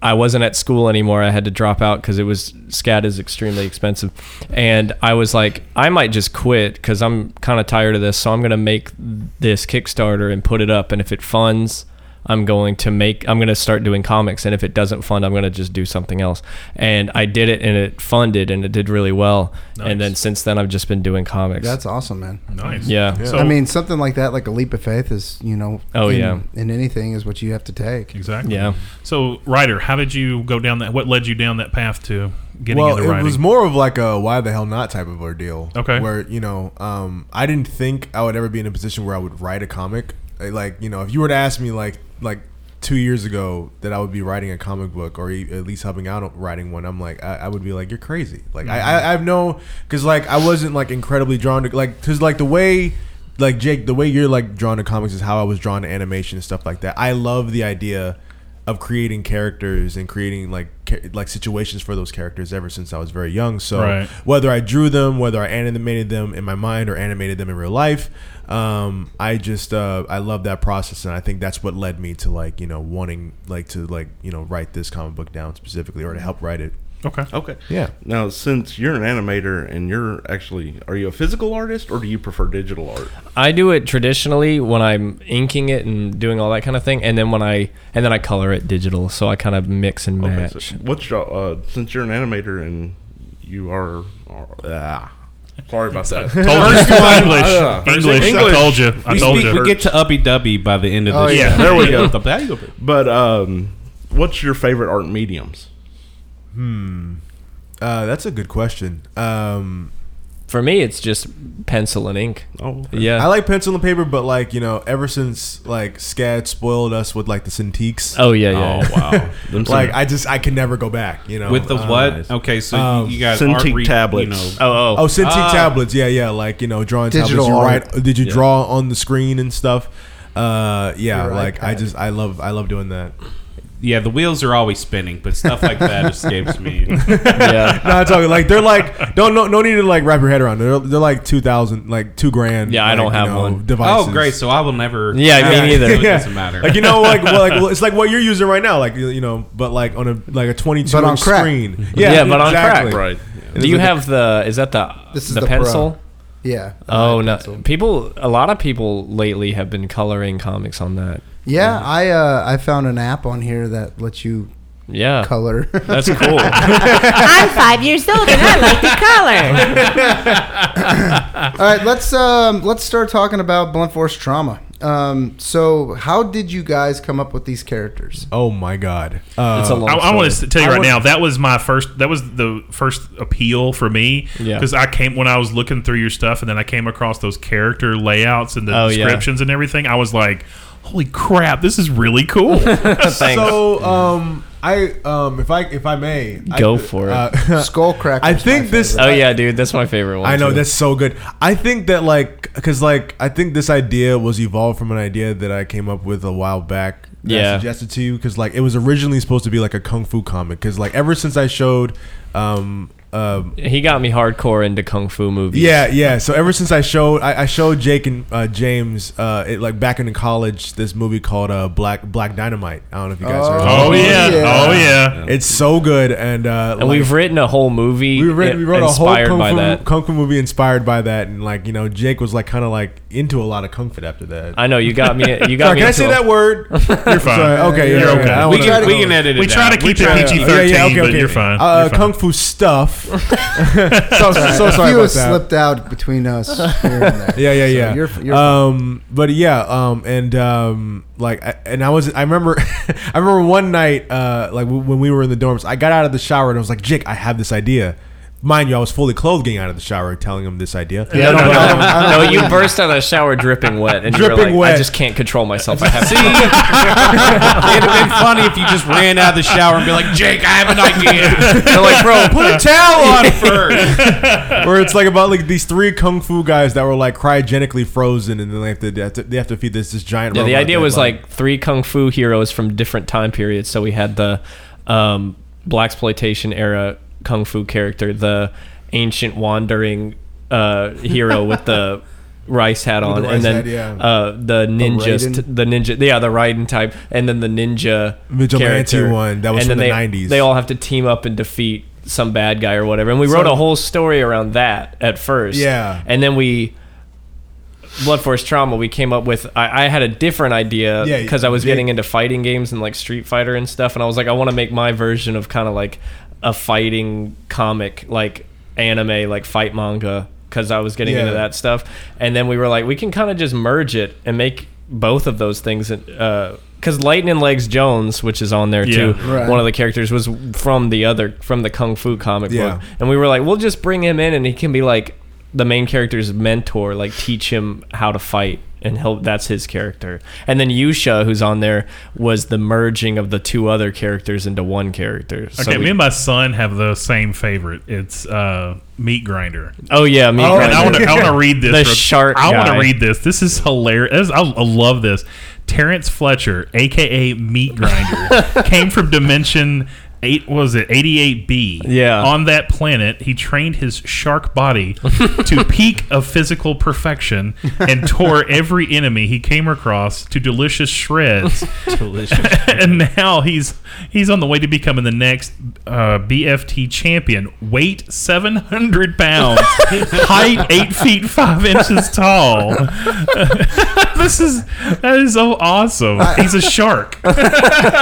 S12: I wasn't at school anymore. I had to drop out because it was scat is extremely expensive, and I was like, I might just quit because I'm kind of tired of this. So I'm gonna make this Kickstarter and put it up, and if it funds, I'm going to make. I'm gonna start doing comics, and if it doesn't fund, I'm gonna just do something else. And I did it, and it funded, and it did really well. And then since then, I've just been doing comics.
S10: That's awesome, man.
S12: Nice. Yeah. Yeah.
S10: I mean, something like that, like a leap of faith, is you know.
S12: Oh,
S10: in,
S12: yeah.
S10: In anything, is what you have to take.
S8: Exactly. So, writer, how did you go down that? What led you down that path to getting
S11: well,
S8: into writing?
S11: it was more of like a why the hell not type of ordeal.
S8: Okay.
S11: where you know, um, I didn't think I would ever be in a position where I would write a comic. I- Like you know, if you were to ask me like like two years ago that I would be writing a comic book or e- at least helping out on writing one, I'm like I, I would be like you're crazy. Like I, I I have no because like I wasn't like incredibly drawn to like because like the way like Jake the way you're like drawn to comics is how I was drawn to animation and stuff like that. I love the idea of creating characters and creating like ca- like situations for those characters ever since I was very young. So
S8: Right.
S11: whether I drew them, whether I animated them in my mind or animated them in real life, um, I just uh, I love that process, and I think that's what led me to like you know wanting like to like you know write this comic book down specifically or to help write it.
S8: Okay.
S13: Okay.
S11: Yeah.
S13: Now, since you're an animator and you're actually, are you a physical artist or do you prefer digital art?
S12: I do it traditionally when I'm inking it and doing all that kind of thing, and then when I and then I color it digital, so I kind of mix and match.
S13: Okay, so what's your, uh, since you're an animator and you are, are ah, sorry about that.
S9: Told you.
S13: Ah,
S9: We speak- We get to uppy dubby by the end of this. show.
S13: there we
S9: The value
S13: go.
S9: of it.
S13: But um, what's your favorite art mediums?
S11: Hmm. Uh, that's a good question. Um,
S12: For me, it's just pencil and ink.
S13: Oh,
S12: yeah.
S11: I like pencil and paper, but like you know, ever since like SCAD spoiled us with like the Cintiqs.
S12: Oh, yeah, yeah. Oh, wow. Them
S11: like
S12: Cintiq-
S11: I just I can never go back. You know, Uh,
S9: With the what? Okay, so you- you got art Cintiq re- tablets. you know-
S11: oh,
S9: Oh,
S11: oh,
S9: oh.
S11: Cintiq
S9: Ah.
S11: tablets. Yeah, yeah. Like you know, drawing
S9: Digital
S11: tablets.
S9: art.
S11: You write, uh, did you
S9: Yeah.
S11: draw on the screen and stuff? Uh, yeah.
S9: Your
S11: like I
S9: iPad.
S11: just I love I love doing that.
S9: Yeah, the wheels are always spinning, but stuff like that escapes me.
S13: Oh,
S11: no, I'm talking like they're like don't no, no need to like wrap your head around. it. They're, they're like two thousand, like two grand.
S9: Yeah, I
S11: like,
S9: don't
S11: you
S9: have
S11: know,
S9: one.
S11: Devices.
S9: Oh, great, so I will never- Yeah, me neither. It doesn't matter.
S11: Like you know, like well, like well, it's like what you're using right now, like you you know, but like on a like a 22
S12: But on
S11: inch
S12: crack.
S11: screen.
S12: Yeah, but on
S11: exactly.
S12: crack. Right.
S11: And
S12: Do you
S11: it's like
S12: have the? Is that the?
S11: This
S12: This
S11: is
S12: is the,
S11: the Pro.
S12: pencil.
S10: Yeah,
S12: Oh no! People, a lot of people lately have been coloring comics on that.
S10: Yeah, I uh, I found an app on here that lets you
S12: Yeah.
S10: color.
S12: That's cool.
S14: I'm five years old and I like the color.
S10: All right, let's um, let's start talking about blunt force trauma. Um, so, how did you guys come up with these characters?
S11: Oh my god,
S8: I, I want to tell you right now that was my first. That was the first appeal for me
S12: Yeah.
S8: because I came when I was looking through your stuff, and then I came across those character layouts and the
S12: Oh, yeah.
S8: descriptions and everything. I was like, "Holy crap, this is really cool!"
S11: So um, I um, if I if I may, I- uh,
S12: Go for it.
S10: Skullcracker.
S11: I think this.
S12: Oh yeah, dude, that's my favorite one.
S11: I know
S12: too.
S11: that's so good. I think that like because like I think this idea was evolved from an idea that I came up with a while back. that I
S12: Yeah.
S11: suggested to you because like it was originally supposed to be like a kung fu comic because like ever since I showed, um, um,
S12: he got me hardcore into kung fu movies.
S11: yeah, yeah. So ever since I showed, I, I showed Jake and uh, James, uh, it, like back in college, this movie called uh, Black Black Dynamite. I don't know if you guys
S8: Oh,
S11: heard.
S8: Oh, yeah. yeah. Oh, yeah.
S11: It's so good, and uh,
S12: and we've written a whole movie.
S11: we wrote, we wrote a whole
S12: inspired
S11: kung
S12: by
S11: fu,
S12: that.
S11: kung fu movie inspired by that, and like you know, Jake was like kind of like into a lot of kung fu after that.
S12: I know you got me. You got me.
S11: Sorry, Can I
S12: into
S11: say
S12: a-
S11: that word? You're fine. okay, yeah,
S12: You're
S11: yeah,
S12: okay.
S11: yeah. I
S12: We
S11: don't
S12: can-
S11: wanna-
S12: we can edit it We try to out. keep
S11: We
S12: it
S11: try-
S12: PG-13,
S11: yeah, yeah,
S12: but you're fine.
S11: Uh,
S12: You're fine.
S11: Kung fu stuff. so, so sorry
S10: You
S11: about
S10: have
S11: that.
S10: slipped out between us. here and there.
S11: Yeah, yeah,
S10: So
S11: yeah.
S10: you're- you're
S11: um, but yeah, um, and um, like, I, and I was, I remember, I remember one night, uh, like w- when we were in the dorms, I got out of the shower and I was like, Jake, I have this idea. Mind you, I was fully clothed getting out of the shower, telling him this idea.
S12: No, no, no, no, you burst out of the shower dripping wet, and you were
S11: Dripping
S12: like,
S11: wet.
S12: I just can't control myself. I have
S9: See, it'd have been funny if you just ran out of the shower and be like, Jake, I have an idea.
S12: They're like, bro,
S11: put a towel on
S9: first.
S11: Where it's like about like these three kung fu guys that were like cryogenically frozen, and then they have to they have to, they have to feed this this giant.
S12: Yeah, the
S11: robot
S12: idea
S11: that,
S12: was like three kung fu heroes from different time periods. So we had the um, black exploitation era kung fu character, the ancient wandering uh, hero with the rice hat
S9: With
S12: on,
S9: the rice
S12: and then
S9: hat, yeah.
S12: uh, the ninjas,
S9: Raiden?
S12: t- the ninja, yeah, the Raiden type, and then the ninja
S11: Vigilante
S12: character.
S11: one, that was
S12: and
S11: from
S12: then
S11: the
S12: they-
S11: 90s.
S12: They all have to team up and defeat some bad guy or whatever, and we wrote
S11: So-
S12: a whole story around that at first.
S11: Yeah.
S12: and then we blood force trauma we came up with i, I had a different idea
S9: Yeah,
S12: because i was
S9: yeah.
S12: getting into fighting games and like street fighter and stuff and i was like i want to make my version of kind of like a fighting comic like anime like fight manga because i was getting
S9: Yeah.
S12: into that stuff and then we were like we can kind of just merge it and make both of those things because lightning legs jones which is on there
S9: Yeah.
S12: too
S9: Right.
S12: one of the characters was from the other from the kung fu comic
S9: Yeah.
S12: book and we were like, we'll just bring him in, and he can be like the main character's mentor, like teach him how to fight, and help. That's his character. And then Yusha, who's on there, was the merging of the two other characters into one character. So
S8: okay,
S12: we-
S8: me and my son have the same favorite. It's uh, meat grinder.
S12: Oh, yeah, Meat
S8: And I want
S12: Grinder.
S8: to. I want to read this.
S12: The
S8: real-
S12: shark
S8: I want to
S12: guy.
S8: read this. This is hilarious. This- I, I love this. Terrence Fletcher, aka Meat Grinder, came from Dimension eight what was it eighty eight B
S12: Yeah.
S8: on that planet. He trained his shark body to peak of physical perfection and tore every enemy he came across to delicious shreds. delicious. and now he's he's on the way to becoming the next uh, BFT champion. Weight seven hundred pounds, height eight feet five inches tall. this is that is so awesome. He's a shark.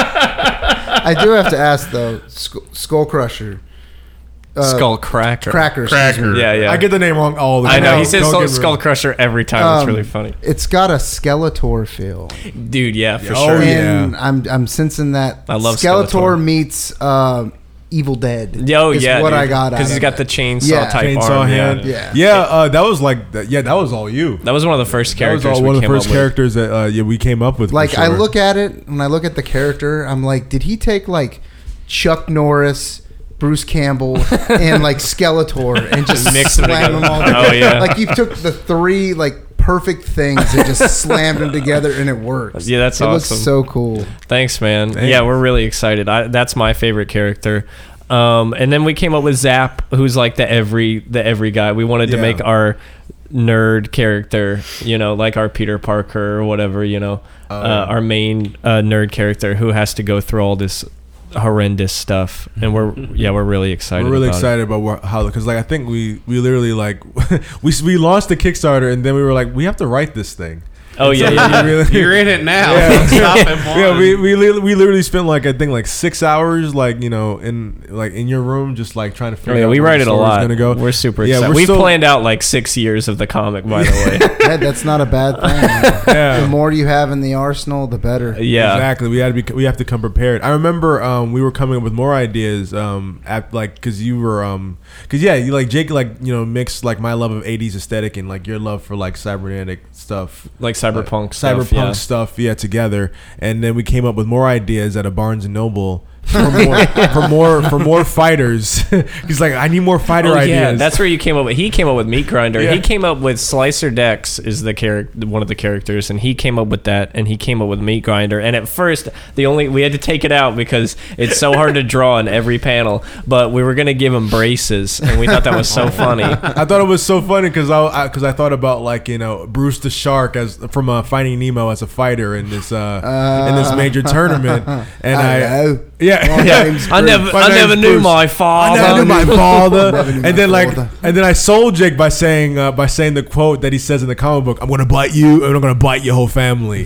S10: I do have to ask though, Sk- Skull Crusher. Uh,
S12: Skull Cracker.
S10: Cracker. excuse me.
S12: Yeah, yeah.
S11: I get the name wrong all the
S12: I
S11: time.
S12: know. He says
S11: Don't
S12: skull,
S11: get me
S12: skull
S11: wrong.
S12: Crusher every time. it's
S10: Um,
S12: really funny.
S10: It's got a Skeletor feel.
S12: Dude, yeah, for
S11: Oh,
S12: sure.
S11: yeah.
S10: And I'm I'm sensing that
S12: I love
S10: Skeletor,
S12: Skeletor.
S10: meets um, Evil Dead.
S12: Yo,
S10: is
S12: yeah,
S10: what
S12: dude.
S10: I
S12: 'Cause
S10: got out
S12: he's
S10: of
S12: got
S10: it.
S12: the chainsaw
S10: Yeah.
S12: type
S11: Chainsaw
S12: arm.
S11: hand.
S12: Yeah.
S11: Yeah, yeah uh, that was like, that, yeah, that was all you.
S12: That was one of the first
S11: That
S12: characters.
S11: was all
S12: we
S11: one of the
S12: came
S11: first
S12: up with.
S11: characters that uh, yeah, we came up with. for
S10: Like I
S11: sure.
S10: look at it when I look at the character, I'm like, did he take like Chuck Norris, Bruce Campbell, and like Skeletor, and just
S12: Mix them
S10: slam
S12: together.
S10: them all
S12: Oh,
S10: together?
S12: yeah.
S10: Like you took the three like perfect things and just slammed them together, and it works.
S12: Yeah, that's
S10: it
S12: awesome.
S10: looks so cool.
S12: Thanks, man. Yeah, we're really excited. I, that's my favorite character. Um, and then we came up with Zap, who's like the every the every guy. We wanted to
S15: Yeah.
S12: make our nerd character, you know, like our Peter Parker or whatever, you know,
S15: Oh,
S12: uh,
S15: yeah.
S12: our main uh, nerd character who has to go through all this horrendous stuff. And we're yeah, we're really excited.
S11: We're really
S12: about it.
S11: excited about what, how because like I think we we literally like we we launched the Kickstarter and then we were like we have to write this thing.
S12: Oh,
S11: And
S12: yeah, yeah.
S11: we
S9: You're in it now.
S11: Yeah,
S9: Stop at
S11: yeah
S9: one.
S11: we, we li- we literally spent like I think like six hours like you know in like in your room just like trying to
S12: Oh,
S11: figure
S12: yeah,
S11: out
S12: we
S11: where
S12: write
S11: the
S12: it a
S11: story was
S12: lot.
S11: Gonna go.
S12: We're super excited.
S11: we're
S12: We've
S11: still-
S12: planned out like six years of the comic, by the way.
S10: That, that's not a bad thing. The more you have in the arsenal, the better.
S11: exactly. We had to be. We have to come prepared. I remember um, we were coming up with more ideas. Um, at like because you were um, because yeah, you like Jake like you know mixed like my love of '80s aesthetic and like your love for like cybernetic stuff,
S12: Like cyberpunk stuff,
S11: cyberpunk
S12: yeah.
S11: stuff. Yeah, together, and then we came up with more ideas at a Barnes and Noble. for, more, for more for more fighters he's like i need more fighter
S12: Oh,
S11: ideas
S12: yeah, that's where you came up with. He came up with Meat Grinder.
S11: Yeah.
S12: He came up with Slicer Dex is the character, one of the characters, and he came up with that, and he came up with Meat Grinder. And at first, the only we had to take it out because it's so hard to draw in every panel. But we were gonna give him braces, and we thought that was so funny.
S11: I thought it was so funny because I because I, thought about like you know Bruce the Shark as from uh, Finding Nemo as a fighter in this uh, in this major
S10: Uh.
S11: tournament, and I,
S10: Hello.
S11: yeah
S10: My name's
S12: I never- I never knew my
S11: I never
S12: father.
S11: knew my father,
S10: Never knew my
S11: and then like
S10: father.
S11: and then I sold Jake by saying uh, by saying the quote that he says in the comic book, "I'm gonna bite you, and I'm gonna bite your whole family."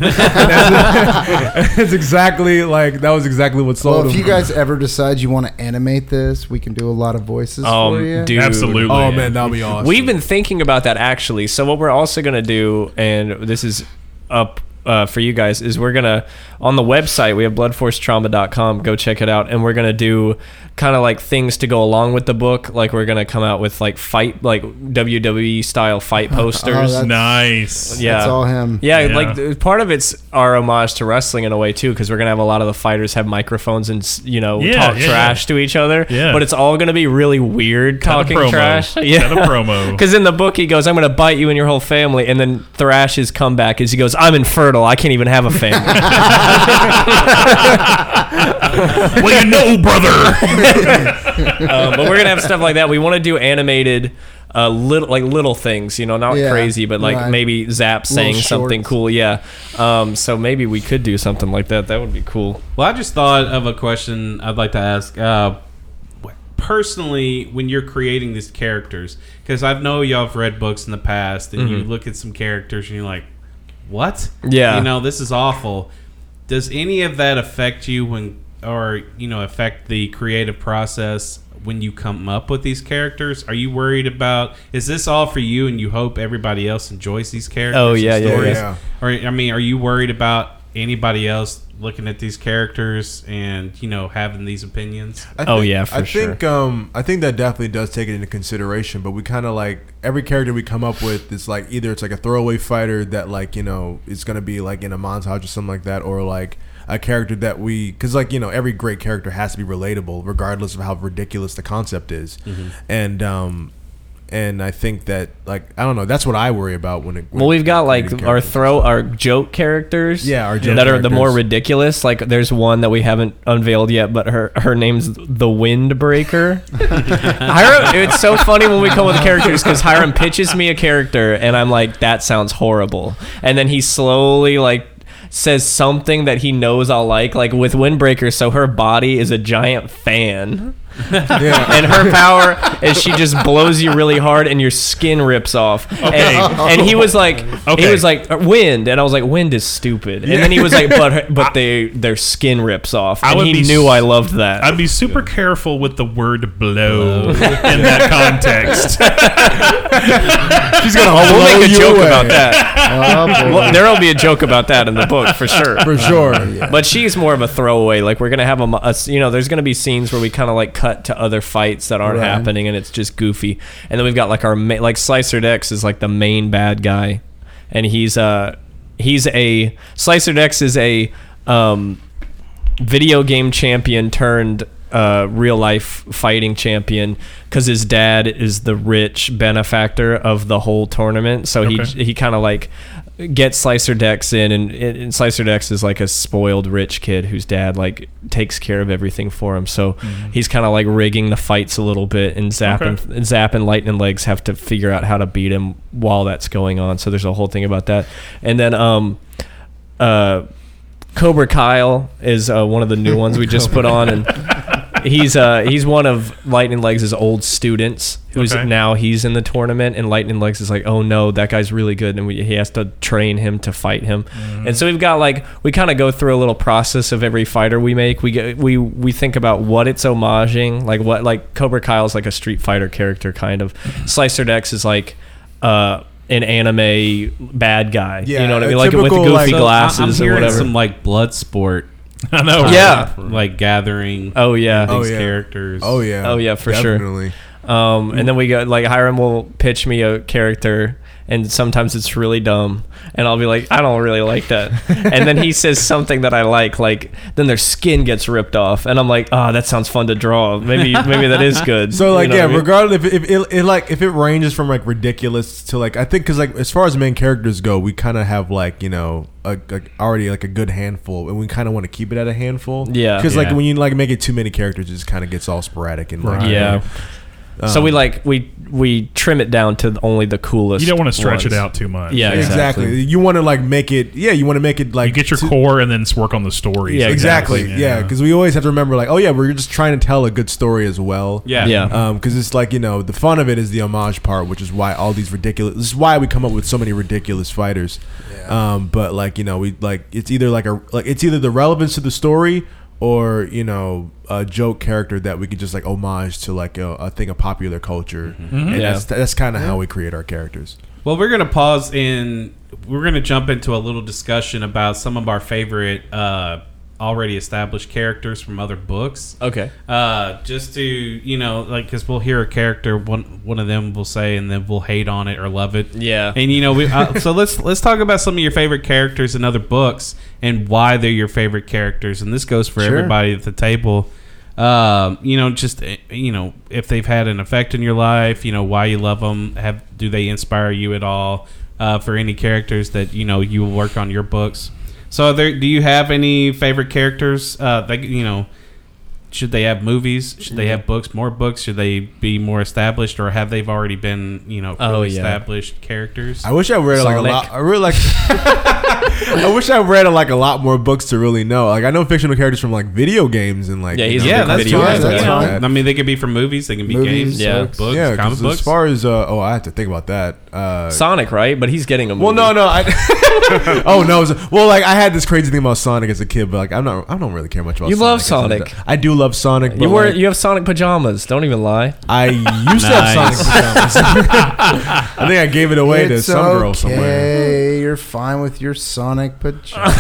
S11: that's, that's exactly like that was exactly what sold
S10: Well, if
S11: him.
S10: you guys ever decide you want to animate this, we can do a lot of voices
S12: Um,
S10: for you.
S12: dude.
S11: Oh man, that'll be awesome.
S12: We've been thinking about that actually. So what we're also gonna do, and this is up uh, for you guys, is we're gonna on the website we have bloodforcetrauma.com. Go check it out, and we're gonna do kind of like things to go along with the book. Like we're gonna come out with like fight, like WWE style fight posters.
S10: Oh, that's-
S8: nice.
S12: Yeah,
S10: That's all him.
S12: Yeah,
S8: Yeah.
S12: like th- part of it's our homage to wrestling in a way too, because we're gonna have a lot of the fighters have microphones and s- you know
S8: Yeah,
S12: talk
S8: yeah,
S12: trash to each other.
S8: Yeah.
S12: but it's all gonna be really weird
S8: Cut a
S12: talking
S8: promo.
S12: trash.
S8: Cut a promo.
S12: Because in the book he goes, "I'm gonna bite you and your whole family," and then Thrash's comeback is he goes, "I'm infertile. I can't even have a family."
S8: well, you know, brother.
S12: um, but we're gonna have stuff like that. We want to do animated. Uh, little like little things, you know, not
S15: Yeah,
S12: crazy, but like
S15: right.
S12: maybe Zap
S15: Little
S12: saying something
S15: shorts.
S12: cool, yeah. Um, so maybe we could do something like that. That would be cool.
S9: Well, I just thought of a question I'd like to ask. Uh, personally, when you're creating these characters, because I know y'all have read books in the past, and you
S12: Mhm.
S9: look at some characters and you're like, "What?
S12: Yeah.
S9: you know, this is awful." Does any of that affect you when, or you know, affect the creative process? When you come up with these characters, are you worried about? Is this all for you, and you hope everybody else enjoys these characters?
S12: Oh,
S9: and
S12: yeah, yeah,
S9: stories?
S12: yeah.
S9: Or I mean, are you worried about anybody else looking at these characters and you know having these opinions?
S11: I
S12: Oh,
S11: think- I think um I think that definitely does take it into consideration, but we kind of like every character we come up with is like either it's like a throwaway fighter that like you know is gonna be like in a montage or something like that, or like a character that we because like you know every great
S12: Mm-hmm.
S11: character has to be relatable regardless of how ridiculous the concept is,
S15: Mhm.
S11: and um And I think that like I don't know. That's what I worry about when it.
S12: Well, we've got like our throw our joke characters.
S11: Yeah, our joke
S12: that are the more
S11: characters.
S12: ridiculous. Like there's one that we haven't unveiled yet, but her her name's the Windbreaker. Hiram, it's so funny when we come with characters because Hiram pitches me a character and I'm like, that sounds horrible, and then he slowly like says something that he knows I'll like, like with Windbreaker. So her body is a giant fan. and her power is she just blows you really hard and your skin rips off.
S8: Okay.
S12: And, and he was like, he
S8: Okay.
S12: was like "Uh, wind, and I was like, wind is stupid. And then he was like, but her- but they their skin rips off. And he knew I loved that.
S8: I'd be super careful with the word "blow" in that context.
S12: She's gonna we'll make a
S8: blow you
S12: joke
S8: away.
S12: about
S8: Oh,
S12: that.
S8: boy.
S12: well, there'll be a joke about that in the book for sure.
S11: For sure, yeah.
S12: But she's more of a throwaway. Like we're gonna have a, mo- a s- you know, there's gonna be scenes where we kind of like cut to other fights that aren't
S11: Right.
S12: happening, and it's just goofy. And then we've got like our ma- like Slicer Dex is like the main bad guy, and he's uh he's a Slicer Dex is a um video game champion turned uh, real life fighting champion because his dad is the rich benefactor of the whole tournament. So
S8: Okay.
S12: he he kind of like gets Slicer Dex in, and, and Slicer Dex is like a spoiled rich kid whose dad like takes care of everything for him. So he's kind of like rigging the fights a little bit, and Zap
S8: Okay.
S12: and and Zap and Lightning Legs have to figure out how to beat him while that's going on. So there's a whole thing about that. And then um uh Cobra Kyle is uh, one of the new ones we just put on and he's uh he's one of Lightning Legs' old students who's
S8: Okay.
S12: now he's in the tournament and Lightning Legs is like, "Oh no, that guy's really good and we, he has to train him to fight him."
S8: Mm-hmm.
S12: And so we've got like we kind of go through a little process of every fighter we make. We get, we we think about what it's homaging, like what like Cobra Kyle's like a Street Fighter character kind of. Slicer Dex is like uh an anime bad guy. you know what I mean? Like with goofy
S9: I'm
S12: glasses or
S9: hearing
S12: whatever.
S9: Some like blood sport.
S8: I know,
S9: type,
S12: Yeah.
S9: Like gathering.
S12: Oh yeah,
S9: These characters.
S12: Oh yeah, for
S11: Definitely.
S12: sure. Um,
S8: Mm.
S12: and then we got like Hiram will pitch me a character, and sometimes it's really dumb, and I'll be like, I don't really like that. and then he says something that I like, like then their skin gets ripped off, and I'm like, oh, that sounds fun to draw. Maybe maybe that is good.
S11: So
S12: You
S11: like
S12: know
S11: yeah,
S12: what I mean?
S11: regardless if, if it, it like if it ranges from like ridiculous to like I think because like as far as main characters go, we kind of have like you know a, a, already like a good handful, and we kind of want to keep it at a handful.
S12: Yeah.
S11: because like
S12: Yeah.
S11: when you like make it too many characters, it just kind of gets all sporadic and like
S12: yeah. so
S11: Um,
S12: we like we we trim it down to only the coolest.
S8: You don't wanna stretch it
S12: ones.
S8: out too much.
S12: Yeah,
S11: exactly.
S12: exactly.
S11: You want to like make it yeah, you want to make it like
S8: You get your core and then s- work on the stories.
S11: Yeah, exactly. Yeah, because we always have to remember, like, oh yeah, we're just trying to tell a good story as well.
S8: Yeah. Yeah.
S11: Because it's like you know, the fun of it is the homage part, which is why all these ridiculous. This is why we come up with so many ridiculous fighters. Um, but like you know, we like it's either like a like it's either the relevance to the story or you know a joke character that we could just like homage to like a, a thing of popular culture, and
S9: Yeah.
S11: that's that's kind of how we create our characters.
S9: Well, we're gonna pause and we're gonna jump into a little discussion about some of our favorite uh, already established characters from other books.
S12: Okay.
S9: Uh, just to you know, like, because we'll hear a character one one of them will say, and then we'll hate on it or love it.
S12: Yeah.
S9: And you know, we uh, so let's let's talk about some of your favorite characters in other books and why they're your favorite characters. And this goes for
S11: Sure.
S9: everybody at the table. Um, you know, just eh, you know, if they've had an effect in your life, you know, why you love them. Have do they inspire you at all? Uh, for any characters that you know you will work on your books. So, are there, do you have any favorite characters? Uh, that you know, should they have movies? Should
S10: Mm-hmm.
S9: they have books? More books? Should they be more established, or have they've already been you know
S12: Oh,
S9: really
S12: yeah.
S9: established characters?
S11: I wish I read like a
S9: Sonic.
S11: lot. I really like. I wish I read like a lot more books to really know. Like I know fictional characters from like video games and like
S9: Yeah,
S11: you
S9: he's
S11: know,
S9: yeah,
S11: things like
S9: that's fine.
S11: that.
S9: That's
S11: Like
S9: fine.
S11: that.
S9: I mean, they can be from movies, they can be games,
S11: yeah,
S9: books, comic
S11: 'cause
S9: books.
S11: As far as uh, oh, I have to think about that. Uh,
S12: Sonic, right? But he's getting a
S11: well, no, no. I, oh no. so- Well, like I had this crazy thing about Sonic as a kid, but like I'm not. I don't really care much about.
S12: You love
S11: Sonic. as an
S12: Sonic.
S11: adult. I do love Sonic. but,
S12: You wear
S11: like,
S12: you have Sonic pajamas. Don't even lie.
S11: I used to have Sonic pajamas. I think I gave it away to
S10: It's
S11: some girl somewhere.
S10: Okay, you're fine with your Sonic pajamas.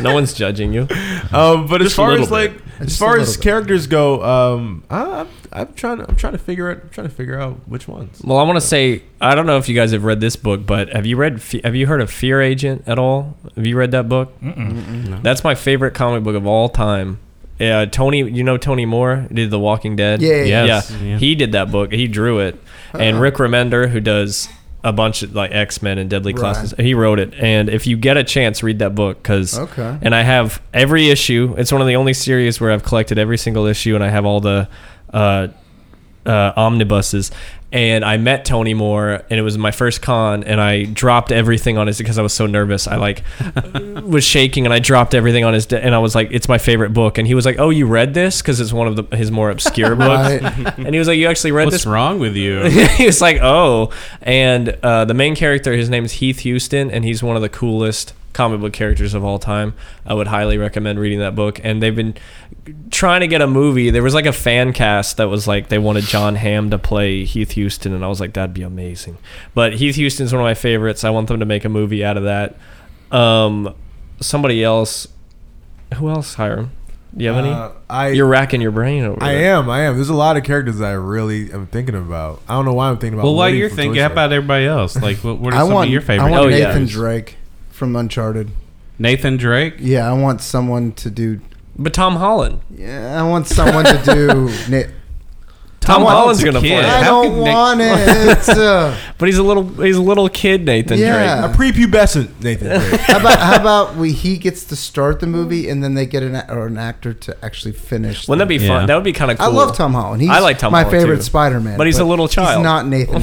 S12: no one's judging you.
S11: Um, but as
S12: Just a
S11: far
S12: little
S11: as like
S12: bit.
S11: as
S12: Just a
S11: far
S12: little
S11: as
S12: bit.
S11: characters go, um, I, I'm, I'm trying to I'm trying to figure out I'm trying to figure out which ones.
S12: Well, I want to say I don't know if you guys have read this book, but have you read Fe- Have you heard of Fear Agent at all? Have you read that book?
S8: Mm-mm.
S12: That's my favorite comic book of all time. uh, Tony, you know Tony Moore who did The Walking Dead.
S10: Yeah, yeah, Yes.
S12: yeah. He did that book. He drew it, and
S10: Uh-uh.
S12: Rick Remender, who does a bunch of like X Men and Deadly
S10: Right.
S12: Classes, he wrote it. And if you get a chance, read that book because.
S10: Okay.
S12: And I have every issue. It's one of the only series where I've collected every single issue, and I have all the uh, uh, omnibuses. And I met Tony Moore, and it was my first con, and I dropped everything on his because I was so nervous. I like was shaking, and I dropped everything on his, de- and I was like, "It's my favorite book." And he was like, "Oh, you read this?" Because it's one of the, his more obscure books. And he was like, "You actually read
S9: What's
S12: this?"
S9: wrong with you?
S12: he was like, "Oh," and uh, the main character, his name is Heath Houston, and he's one of the coolest comic book characters of all time. I would highly recommend reading that book. And they've been trying to get a movie. There was like a fan cast that was like they wanted John Hamm to play Heath Houston, and I was like, that'd be amazing. But Heath Houston's one of my favorites. I want them to make a movie out of that. Um, somebody else, who else, Hiram? Do you have
S11: Uh,
S12: any? You're racking your brain over.
S11: I
S12: there.
S11: am. I am. There's a lot of characters that I really am thinking about. I don't know why I'm thinking about.
S9: Well, while
S11: Woody
S9: you're
S11: from
S9: thinking,
S11: Toy
S9: how
S11: Story.
S9: about everybody else? Like, what, what are
S10: I
S9: some
S10: want,
S9: of your favorite? Oh,
S10: I want Nathan
S9: characters?
S10: Drake from Uncharted.
S9: Nathan Drake.
S10: Yeah, I want someone to do.
S12: But Tom Holland.
S10: Yeah, I want someone to do. Na-
S12: Tom
S10: I want-
S12: Holland's gonna play. it.
S10: I don't want it. It's, uh,
S12: but he's a little he's a little kid, Nathan.
S10: Yeah.
S12: Drake.
S10: A
S11: prepubescent Nathan.
S10: how about how about we, he gets to start the movie and then they get an a- or an actor to actually finish.
S12: Wouldn't that
S10: the-
S12: be fun? That would be kind of cool.
S10: I love Tom Holland. He's
S12: I like Tom
S10: my
S12: Holland
S10: favorite
S12: too.
S10: Spider-Man,
S12: But he's a little child.
S10: He's not Nathan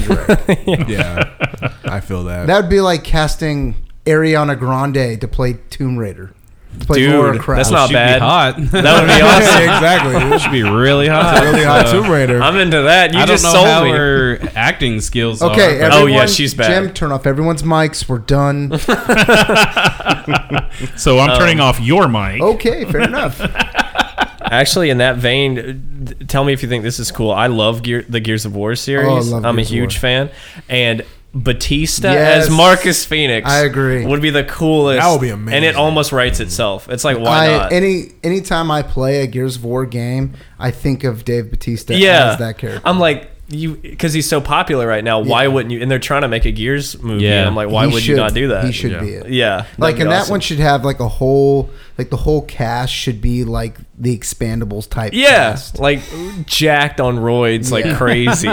S10: Drake.
S11: yeah, I feel that.
S10: that would be like casting Ariana Grande to play Tomb Raider. To play
S12: Dude,
S10: Laura Croft.
S12: that's not
S9: She'd be
S12: bad.
S9: hot.
S12: That would be awesome.
S11: exactly.
S9: She'd be really hot.
S11: Really hot
S9: So,
S11: Tomb Raider.
S12: I'm into that. You
S9: I
S12: just
S9: don't know
S12: sold
S9: how
S12: me.
S9: her acting skills.
S10: Okay,
S9: Are,
S12: Oh,
S10: everyone,
S9: but-
S10: Jim, turn off everyone's mics. We're done.
S8: So I'm
S12: Um,
S8: turning off your mic.
S10: okay, fair enough.
S12: Actually, in that vein, uh, th- tell me if you think this is cool. I love Gear, the Gears of War series.
S10: Oh, love
S12: I'm
S10: Gears
S12: a
S10: of
S12: huge
S10: War.
S12: fan, and Batista
S10: Yes.
S12: as Marcus Phoenix.
S10: I agree.
S12: Would be the coolest.
S11: That would be amazing.
S12: And it almost writes itself. It's like why
S10: I,
S12: not?
S10: Any anytime I play a Gears of War game, I think of Dave Batista
S12: yeah,
S10: as that character.
S12: I'm like you because he's so popular right now. Why wouldn't you? And they're trying to make a Gears movie.
S9: Yeah.
S12: I'm like, why
S10: He
S12: would you
S10: should-
S12: not do that?
S10: he should
S12: Uh, yeah.
S10: be it.
S12: Yeah,
S10: like,
S12: that'd
S10: and
S12: be
S10: that one should have like a whole, like the whole cast should be like the Expandables type.
S12: Yeah,
S10: cast.
S12: like jacked on roids, like
S10: Yeah.
S12: crazy.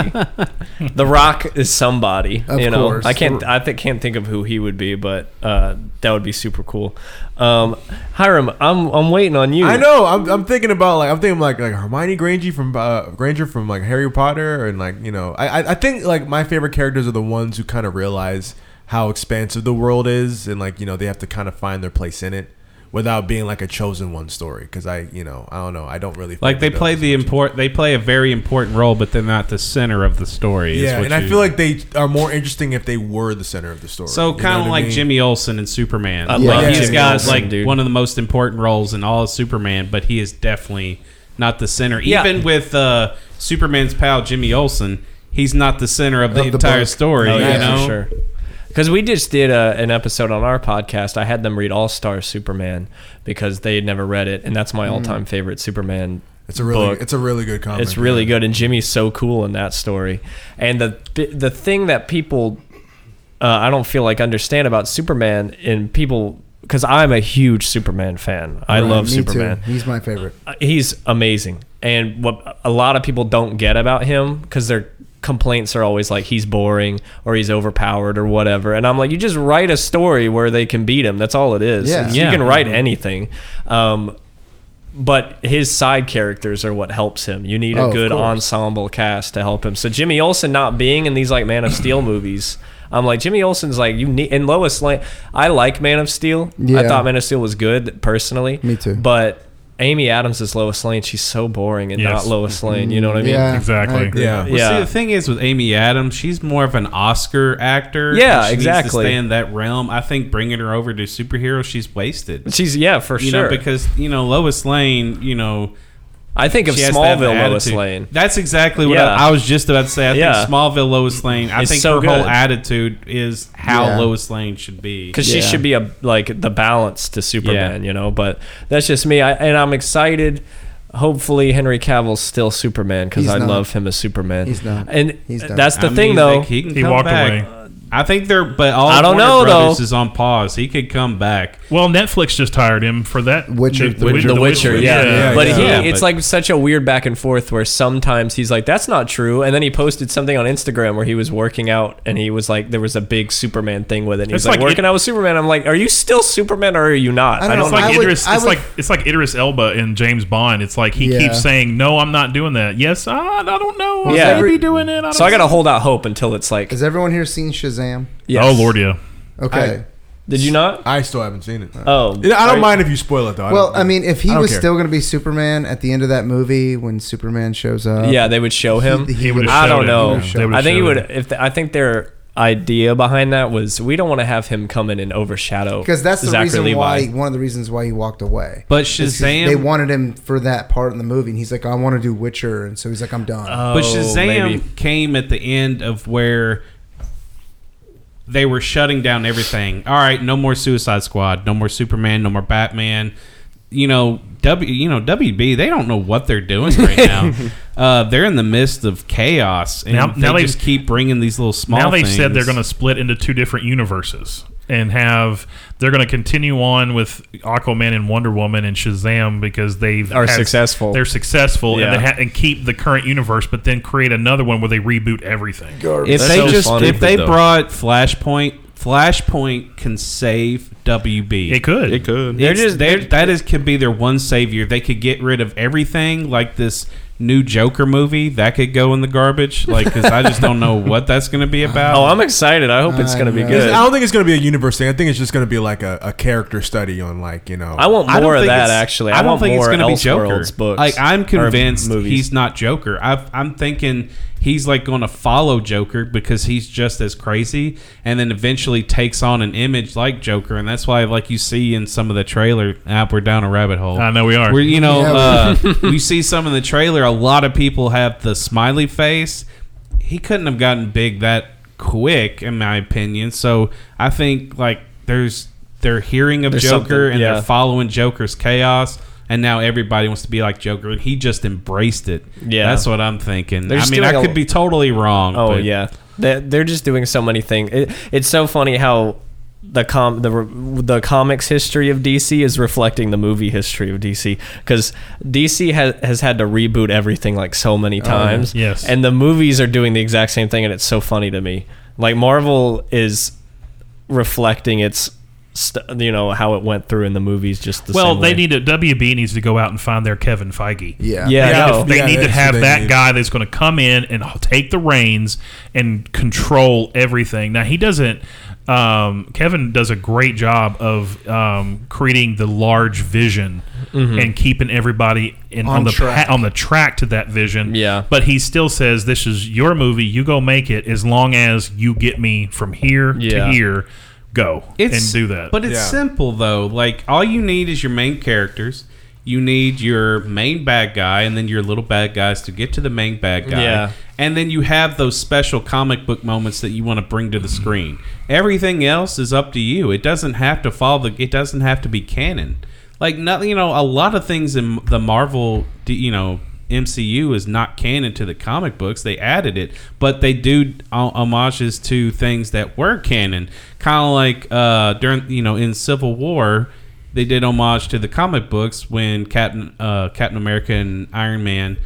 S12: the Rock is somebody,
S10: Of
S12: you know.
S10: course.
S12: I can't, I think, can't think of who he would be, but uh, that would be super cool. Um, Hiram, I'm, I'm waiting on you.
S11: I know. I'm, I'm thinking about like I'm thinking like like Hermione Granger from uh, Granger from like Harry Potter and like you know I I- I think like my favorite characters are the ones who kind of realize how expansive the world is and like you know they have to kind of find their place in it without being like a chosen one story because I you know I don't know I don't really
S9: Like they
S11: feel
S9: play the import, they play a very important role, but they're not the center of the story. is
S11: yeah
S9: what
S11: and I
S9: you-
S11: feel like they are more interesting if they were the center of the story
S9: So
S11: You know
S9: kind of
S11: what I
S9: like
S11: mean?
S9: Jimmy Olsen in Superman.
S12: I
S9: like
S12: love
S9: he's
S12: Jimmy
S9: got
S12: Olsen,
S9: like
S12: dude.
S9: one of the most important roles in all of Superman, but he is definitely not the center.
S12: Yeah.
S9: Even with uh, Superman's pal Jimmy Olsen, he's not the center of the,
S12: Of the
S9: entire
S12: book.
S9: story.
S12: Oh, yeah,
S9: you know,
S12: for sure. Because we just did a, an episode on our podcast. I had them read All Star Superman because they had never read it, and that's my
S11: Mm.
S12: all time favorite Superman.
S11: It's a really-
S12: book.
S11: it's a really good comic,
S12: It's really good, and Jimmy's so cool in that story. And the bi- the thing that people uh, I don't feel like understand about Superman and people because I'm a huge Superman fan. I
S10: Right,
S12: love
S10: me
S12: Superman Uh,
S10: Too. He's my favorite.
S12: he's amazing. And what a lot of people don't get about him because their complaints are always like he's boring or he's overpowered or whatever. And I'm like, you just write a story where they can beat him. That's all it is.
S10: Yeah.
S12: It's-
S10: Yeah.
S12: You can write anything. Um, but his side characters are what helps him. You need a
S9: Oh, of
S12: good
S9: course.
S12: ensemble cast to help him. So Jimmy Olsen not being in these like Man of Steel movies, I'm like Jimmy Olsen's like you need. And Lois Lane, I like Man of Steel. I
S10: Yeah.
S12: thought Man of Steel was good personally.
S10: Me too.
S12: But Amy Adams is Lois Lane. She's so boring and
S9: Yes.
S12: not Lois Lane. You know what I mean? Yeah.
S9: Well, See, the thing is with Amy Adams, she's more of an Oscar actor.
S12: Yeah,
S9: and she Needs to
S12: exactly.
S9: stay in that realm. I think bringing her over to superhero, she's wasted.
S12: She's yeah, for
S9: you
S12: sure.
S9: Know, because you know Lois Lane, you know.
S12: I think of
S9: she has to have the
S12: Smallville Lois
S9: attitude.
S12: Lane.
S9: That's exactly what
S12: Yeah.
S9: I, I was just about to say. I
S12: Yeah.
S9: think Smallville Lois Lane. I
S12: It's
S9: think
S12: so
S9: her whole
S12: good.
S9: attitude is how
S12: Yeah.
S9: Lois Lane should be.
S12: because she should be a like the balance to Superman, you know. But that's just me, I, and I'm excited. Hopefully, Henry Cavill's still Superman because
S10: He's
S12: I
S10: not.
S12: love him as Superman.
S10: He's not.
S12: And
S10: He's not.
S12: that's the
S9: I
S12: thing,
S9: mean,
S12: though.
S9: they- he can He come walked back. away. I think they're, but all
S8: I don't
S9: Warner
S8: know,
S9: Brothers
S8: though.
S9: is on pause. He could come back.
S8: Well, Netflix just hired him for that
S9: Witcher-
S8: The, the,
S9: Witcher.
S12: The Witcher, yeah. but he,
S9: Yeah,
S12: it's
S9: but-
S12: like such a weird back and forth where sometimes he's like, "That's not true," and then he posted something on Instagram where he was working out and he was like, "There was a big Superman thing with it." And he
S8: It's
S12: was like,
S8: like
S12: "Working out with Superman." I'm like, "Are you still Superman or are you not?"
S8: it's like
S12: know.
S8: Idris. it's like it's like Idris Elba in James Bond. It's like he
S12: Yeah.
S8: keeps saying, "No, I'm not doing that." Yes, I, I don't know. I
S12: Yeah.
S8: may be doing it. I don't
S12: so I gotta
S8: know."
S12: hold out hope until it's
S9: Oh,
S12: like.
S10: Has everyone here seen Shazam?
S12: Yes.
S8: Oh Lord, yeah.
S10: Okay.
S12: did you not?
S11: I still haven't seen it.
S12: Oh,
S11: You know, I
S10: are
S11: don't
S10: you-
S11: mind if you spoil it though.
S10: well,
S11: don't-
S10: I mean, if he
S11: I don't
S10: was
S11: care.
S10: still going to be Superman at the end of that movie when Superman shows
S9: Uh,
S10: up,
S12: yeah, they would show him.
S10: He, would.
S12: I don't know.
S10: He would've
S12: I think he
S10: showed
S12: would.
S10: him.
S12: If the, I think their idea behind that was, we don't want to have him come in and overshadow
S10: because that's the
S12: Zachary
S10: reason
S12: Levi.
S10: why one of the reasons why he walked away.
S9: But
S10: It's 'cause
S9: Shazam-
S10: they wanted him for that part in the movie, and he's like, I want to do Witcher, and so he's like, I'm done.
S12: Uh, Oh,
S9: but Shazam came at the end of where they were shutting down everything. All right, no more Suicide Squad, no more Superman, no more Batman. You know, W, you know WB. They don't know what they're doing right now. uh, they're in the midst of chaos, and
S8: Now-
S9: they
S8: now they've-
S9: just keep bringing these little small.
S8: now they've said they're
S9: things.
S8: going to split into two different universes and have they're going to continue on with Aquaman and Wonder Woman and Shazam because they
S12: Are successful.
S8: They're successful
S12: Yeah.
S8: and they ha- and keep the current universe, but then create another one where they reboot everything.
S9: If they just if they brought Flashpoint, Flashpoint can save WB.
S8: It could. It
S9: could. They're just they're, that is could be their one savior. They could get rid of everything like this new Joker movie that could go in the garbage. Like because I just don't know what that's going to be about.
S12: Oh, I'm excited. I hope it's going to be
S11: It's-
S12: good.
S11: I don't think it's going to be a universe thing. I think it's just going to be like a, a character study on like you know.
S12: I want
S9: I don't
S12: more of
S9: think
S12: that.
S9: it's-
S12: Actually, I,
S9: don't
S12: want
S9: think
S12: more
S9: it's
S12: Elseworlds
S9: gonna be Joker.
S12: books.
S9: Like I'm
S12: or
S9: convinced
S12: movies.
S9: he's not Joker. I've, I'm thinking he's like going to follow Joker because he's just as crazy, and then eventually takes on an image like Joker, and that's why like you see in some of the trailer. Ah, we're down a rabbit hole.
S8: I know we are.
S9: We're, you know,
S8: Yeah, we-
S9: uh, we see some in the trailer. A lot of people have the smiley face. He couldn't have gotten big that quick, in my opinion. So I think like there's they're hearing of
S12: There's
S9: Joker
S12: something-
S9: and
S12: yeah.
S9: they're following Joker's chaos. And now everybody wants to be like Joker, and he just embraced it.
S12: Yeah.
S9: that's what I'm thinking.
S12: They're
S9: I
S12: just
S9: mean, I
S12: doing a-
S9: could be totally wrong.
S12: Oh
S9: but-
S12: yeah, they're, they're just doing so many things. It, it's so funny how the com the re- the comics history of DC is reflecting the movie history of DC because DC has has had to reboot everything like so many
S8: Oh, yeah.
S12: times.
S8: Yes.
S12: and the movies are doing the exact same thing, and it's so funny to me. Like Marvel is reflecting its. St- you know how it went through in the movies, just the
S8: well,
S12: same
S8: they
S12: way.
S8: need to WB needs to go out and find their Kevin Feige.
S12: Yeah. Yeah, I know.
S8: They, need to- they
S12: Yeah,
S8: need to
S12: that's
S8: have
S12: what they
S8: that
S12: need.
S8: guy that's going to come in and take the reins and control everything. Now he doesn't. Um, Kevin does a great job of um, creating the large vision
S12: Mhm.
S8: and keeping everybody in, on,
S12: On
S8: the
S12: track.
S8: pa- on the track to that vision.
S12: Yeah.
S8: but he still says, "This is your movie. You go make it. As long as you get me from here
S9: Yeah.
S8: to here, go
S9: it's,
S8: and do that."
S9: But it's simple though. Like all you need is your main characters. You need your main bad guy and then your little bad guys to get to the main bad guy.
S12: Yeah.
S9: And then you have those special comic book moments that you want to bring to the screen. Everything else is up to you. It doesn't have to follow the it doesn't have to be canon. Like nothing, you know, a lot of things in the Marvel, you know, MCU is not canon to the comic books. They added it, but they do ho- homages to things that were canon. Kind of like uh, during, you know, in Civil War, they did homage to the comic books when Captain uh, Captain America and Iron Man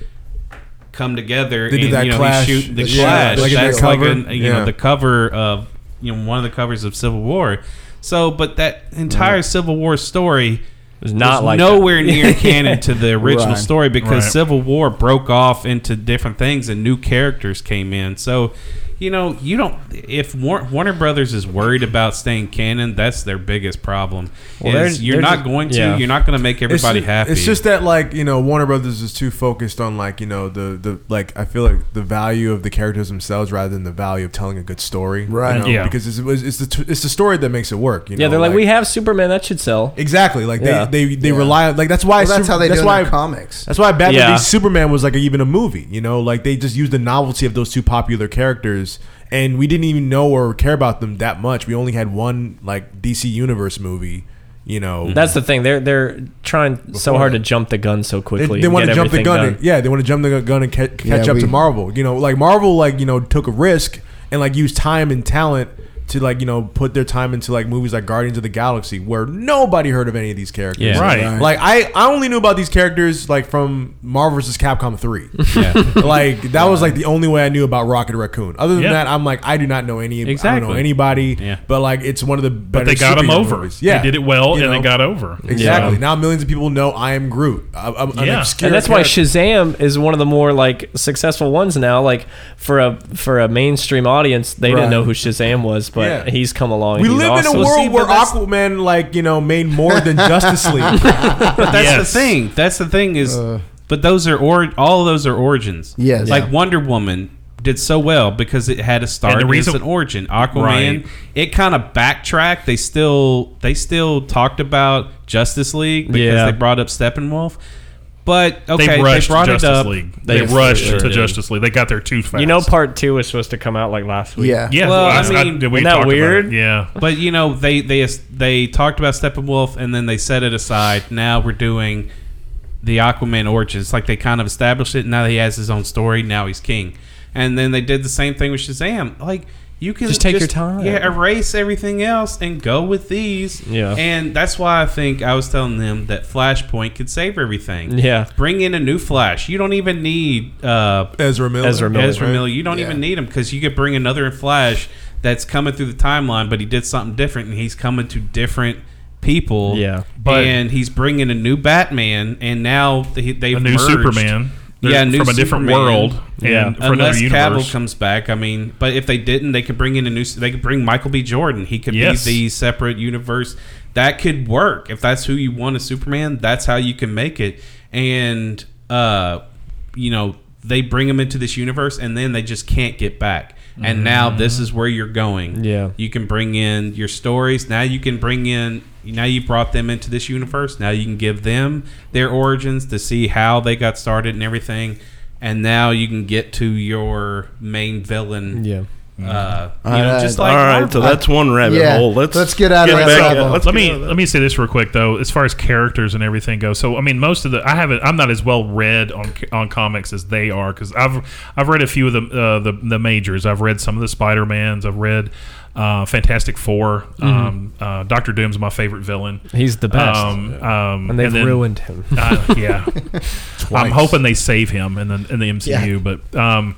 S9: come together
S11: They did
S9: and
S11: that
S9: you know
S11: clash.
S9: he shoot the
S11: Yeah,
S9: clash.
S11: like in
S9: That's
S11: that
S9: like
S11: cover.
S9: an, you
S11: Yeah.
S9: know the cover of you know one of the covers of Civil War. So, but that entire Civil War story was
S12: not like
S9: nowhere
S12: that.
S9: near canon to the original
S12: Right.
S9: story because
S12: Right.
S9: Civil War broke off into different things and new characters came in. So, you know, you don't if War- Warner Brothers is worried about staying canon, that's their biggest problem.
S12: Well,
S9: is
S12: they're-
S9: you're
S12: they're
S9: not
S12: just-
S9: going to
S12: yeah.
S9: you're not going to make everybody
S11: it's just,
S9: happy.
S11: It's just that like you know Warner Brothers is too focused on like you know the the like I feel like the value of the characters themselves rather than the value of telling a good story.
S12: Right.
S11: You know,
S12: Yeah.
S11: Because it's it's it's the, t- it's the story that makes it work. You
S9: Oh,
S11: know.
S12: yeah, they're like, we have Superman that should sell.
S11: Exactly. Like
S12: Yeah.
S11: they they, they
S12: Yeah.
S11: rely like that's why
S12: Well, that's how they
S11: that's
S12: do in
S11: why
S12: their comics.
S11: That's why Batman
S12: Yeah.
S11: v Superman was like a, even a movie. You know, like they just used the novelty of those two popular characters, and we didn't even know or care about them that much. We only had one like DC Universe movie. You know,
S12: That's the thing. They're they're trying so
S11: Before
S12: hard to jump the gun so
S11: They,
S12: quickly.
S11: they
S12: and
S11: want to
S12: get
S11: jump the
S12: everything
S11: gun.
S12: done.
S11: And, yeah, they want to jump the gun and ca- catch
S12: Yeah,
S11: up
S12: we-
S11: to Marvel. You know, like Marvel, like you know, took a risk and like used time and talent to like you know put their time into like movies like Guardians of the Galaxy where nobody heard of any of these characters.
S9: Yeah. Right.
S11: Like I, I only knew about these characters like from Marvel vs. Capcom three.
S9: Yeah.
S11: like that was like the only way I knew about Rocket Raccoon. Other than
S9: Yeah.
S11: that, I'm like I do not know any. I don't know
S9: Exactly.
S11: anybody. But like it's one of the better.
S8: But they got 'em
S11: superhero
S8: over.
S11: movies.
S8: They
S11: Yeah.
S8: did it well
S11: You
S8: and they
S11: know?
S8: got over.
S11: Exactly.
S8: Yeah.
S11: Now millions of people know I am Groot. I, I'm, an obscure
S12: and that's why
S11: character.
S12: Shazam is one of the more like successful ones now. Like for a for a mainstream audience, they
S11: Right.
S12: didn't know who Shazam was, but
S11: Yeah.
S12: he's come along.
S11: We
S12: and he's
S11: live in
S12: awesome.
S11: a world where Aquaman, like you know, made more than Justice League.
S9: but that's
S11: Yes.
S9: the thing. That's the thing is, but those are or all of those are origins.
S10: Yes.
S9: like
S10: Yeah.
S9: Wonder Woman did so well because it had a start
S8: And the
S9: and
S8: reason-
S9: it's an origin. Aquaman,
S8: Right.
S9: it kind of backtracked. They still they still talked about Justice League because
S8: Yeah.
S9: they brought up Steppenwolf. But okay,
S8: they rushed
S9: brought
S8: Justice
S9: it up.
S8: League. They
S9: Yes,
S8: rushed
S9: they
S8: to
S9: did.
S8: Justice League. They got there too fast.
S12: You know, part two was supposed to come out like last week.
S8: Yeah. Yeah,
S9: Well,
S8: last-
S9: I
S8: I-
S9: mean,
S8: did we Isn't that talk about it? weird? Yeah.
S9: But you know, they they they talked about Steppenwolf and then they set it aside. Now we're doing the Aquaman origin. It's like they kind of established it. Now he has his own story. Now he's king. And then they did the same thing with Shazam. Like you can
S12: Just take your time.
S9: Yeah, erase everything else and go with these.
S12: Yeah.
S9: And that's why I think I was telling them that Flashpoint could save everything.
S12: Yeah.
S9: Bring in a new Flash. You don't even need uh,
S11: Ezra Miller.
S9: Ezra Miller.
S11: Right.
S9: You don't
S11: Yeah.
S9: even need him because you could bring another Flash that's coming through the timeline, but he did something different and he's coming to different people.
S12: Yeah.
S9: But,
S8: But-
S9: and he's bringing a new Batman, and now they, they've
S8: A new
S9: merged.
S8: Superman. They're
S9: yeah, new
S8: from a different
S9: Superman.
S8: world and
S9: yeah,
S8: for another
S9: unless
S8: universe.
S9: Cavill comes back. I mean, but if they didn't, they could bring in a new. They could bring Michael B. Jordan. He could
S8: Yes.
S9: be the separate universe. That could work if that's who you want as Superman. That's how you can make it. And uh, you know, they bring him into this universe, and then they just can't get back. And now
S8: Mm-hmm.
S9: this is where you're going.
S12: Yeah.
S9: you can bring in your stories. Now you can bring in. Now you brought them into this universe. Now you can give them their origins to see how they got started and everything. And now you can get to your main villain.
S12: Yeah.
S9: Uh, you
S10: All
S9: know,
S10: right.
S9: just like
S13: All right, so
S9: Marvel.
S13: that's one rabbit
S10: Yeah,
S13: hole. Let's
S10: let's get out of that
S13: back-
S10: rabbit hole.
S13: let's
S8: let
S13: get
S8: me
S13: out of
S8: let me say this real quick though. As far as characters and everything goes, so I mean, most of the I haven't I'm not as well read on on comics as they are because I've I've read a few of the uh, the the majors. I've read some of the Spider Mans. I've read uh, Fantastic 4 Um, uh, Doctor Doom's my favorite villain.
S12: Mm-hmm. He's the best.
S8: Um, um,
S12: And they've
S8: then-
S12: ruined him.
S8: Uh, yeah, I'm hoping they save him in the in the MCU, but. Um,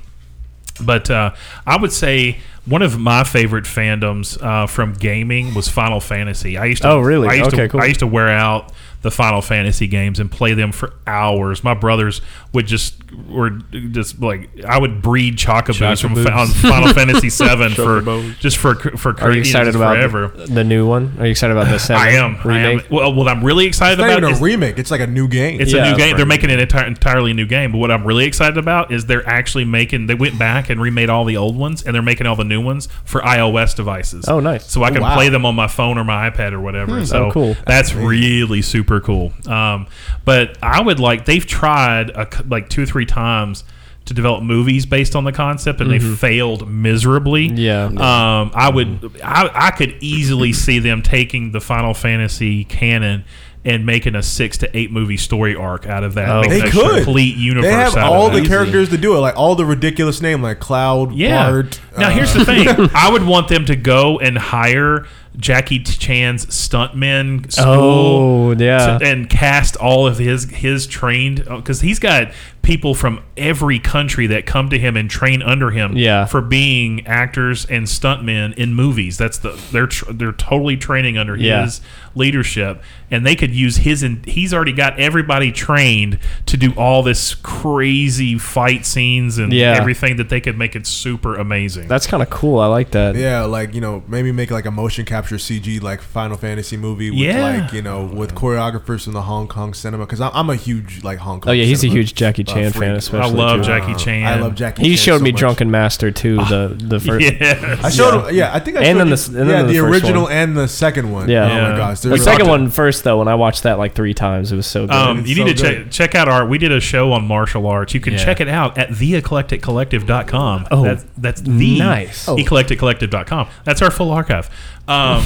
S8: but uh, I would say one of my favorite fandoms uh, from gaming was Final Fantasy. I used to,
S12: Oh, really?
S8: I used
S12: Okay,
S8: to,
S12: cool.
S8: I used to wear out the Final Fantasy games and play them for hours. My brothers would just were just like I would breed chocobos from fa- on
S12: Chocobos.
S8: Final Fantasy Seven for
S12: Chocobos.
S8: just for for
S12: Are you excited about
S8: forever.
S12: the, the new one? Are you excited about the seven?
S8: I am. I am.
S12: remake?
S8: Well, what I'm really excited
S11: It's not
S8: about
S11: even a
S8: is
S11: remake. It's like a new game.
S8: it's a
S12: Yeah.
S8: new game. They're making an entire, entirely new game. But what I'm really excited about is they're actually making. They went back and remade all the old ones, and they're making all the new ones for iOS devices.
S12: Oh, nice.
S8: So I can
S12: Oh, wow.
S8: play them on my phone or my iPad or whatever.
S12: Hmm.
S8: So
S12: Oh, cool.
S8: That's really super cool. Um, but I would like. They've tried a, c- like two or three times. To develop movies based on the concept, and they
S12: Mhm.
S8: failed miserably.
S12: Yeah.
S8: um, I would, I, I could easily see them taking the Final Fantasy canon and making a six to eight movie story arc out of that.
S12: Oh.
S8: Making
S11: They
S8: a
S11: could
S8: complete universe.
S11: They have
S8: out
S11: all
S8: of that.
S11: the characters to do it, like all the ridiculous name, like Cloud,
S8: Yeah.
S11: Bard.
S8: Now
S11: uh,
S8: here's the thing. I would want them to go and hire Jackie Chan's stuntmen school.
S12: Oh, yeah.
S8: to- and cast all of his his trained because he's got people from every country that come to him and train under him.
S12: Yeah.
S8: For being actors and stuntmen in movies. That's the they're tr- they're totally training under
S12: Yeah.
S8: his leadership, and they could use his. And he's already got everybody trained to do all this crazy fight scenes and
S12: Yeah.
S8: everything that they could make it super amazing.
S12: That's kind of cool. I like that.
S11: Yeah, like you know, maybe make like a motion capture CG like Final Fantasy movie. With
S8: Yeah.
S11: like you know, with choreographers from the Hong Kong cinema because I'm, I'm a huge like Hong Kong.
S12: Oh yeah, he's a
S11: cinema,
S12: huge Jackie
S11: uh,
S12: Chan
S11: freak.
S12: fan, especially.
S8: love
S12: too.
S8: Jackie Chan.
S11: I love Jackie.
S12: He
S11: Chan
S12: showed
S11: so
S12: me
S11: much.
S12: Drunken Master too. The the first.
S8: yes.
S11: I showed him. Yeah, I think I
S12: and
S11: showed
S12: then
S11: you-
S12: the s- and then
S11: yeah,
S12: the,
S11: the,
S12: first
S11: original
S12: one.
S11: and the second one.
S12: Yeah.
S11: Oh my gosh,
S12: The
S11: there's-
S12: second one first though. When I watched that like three times, it was so good.
S8: Um, you
S11: so
S8: need to
S11: good.
S8: check check out our. We did a show on martial arts. You can
S12: Yeah.
S8: check it out at theeclecticcollective.com.
S12: Oh,
S8: that's, that's the
S12: nice.
S8: eclecticcollective.com. That's our full archive. Um,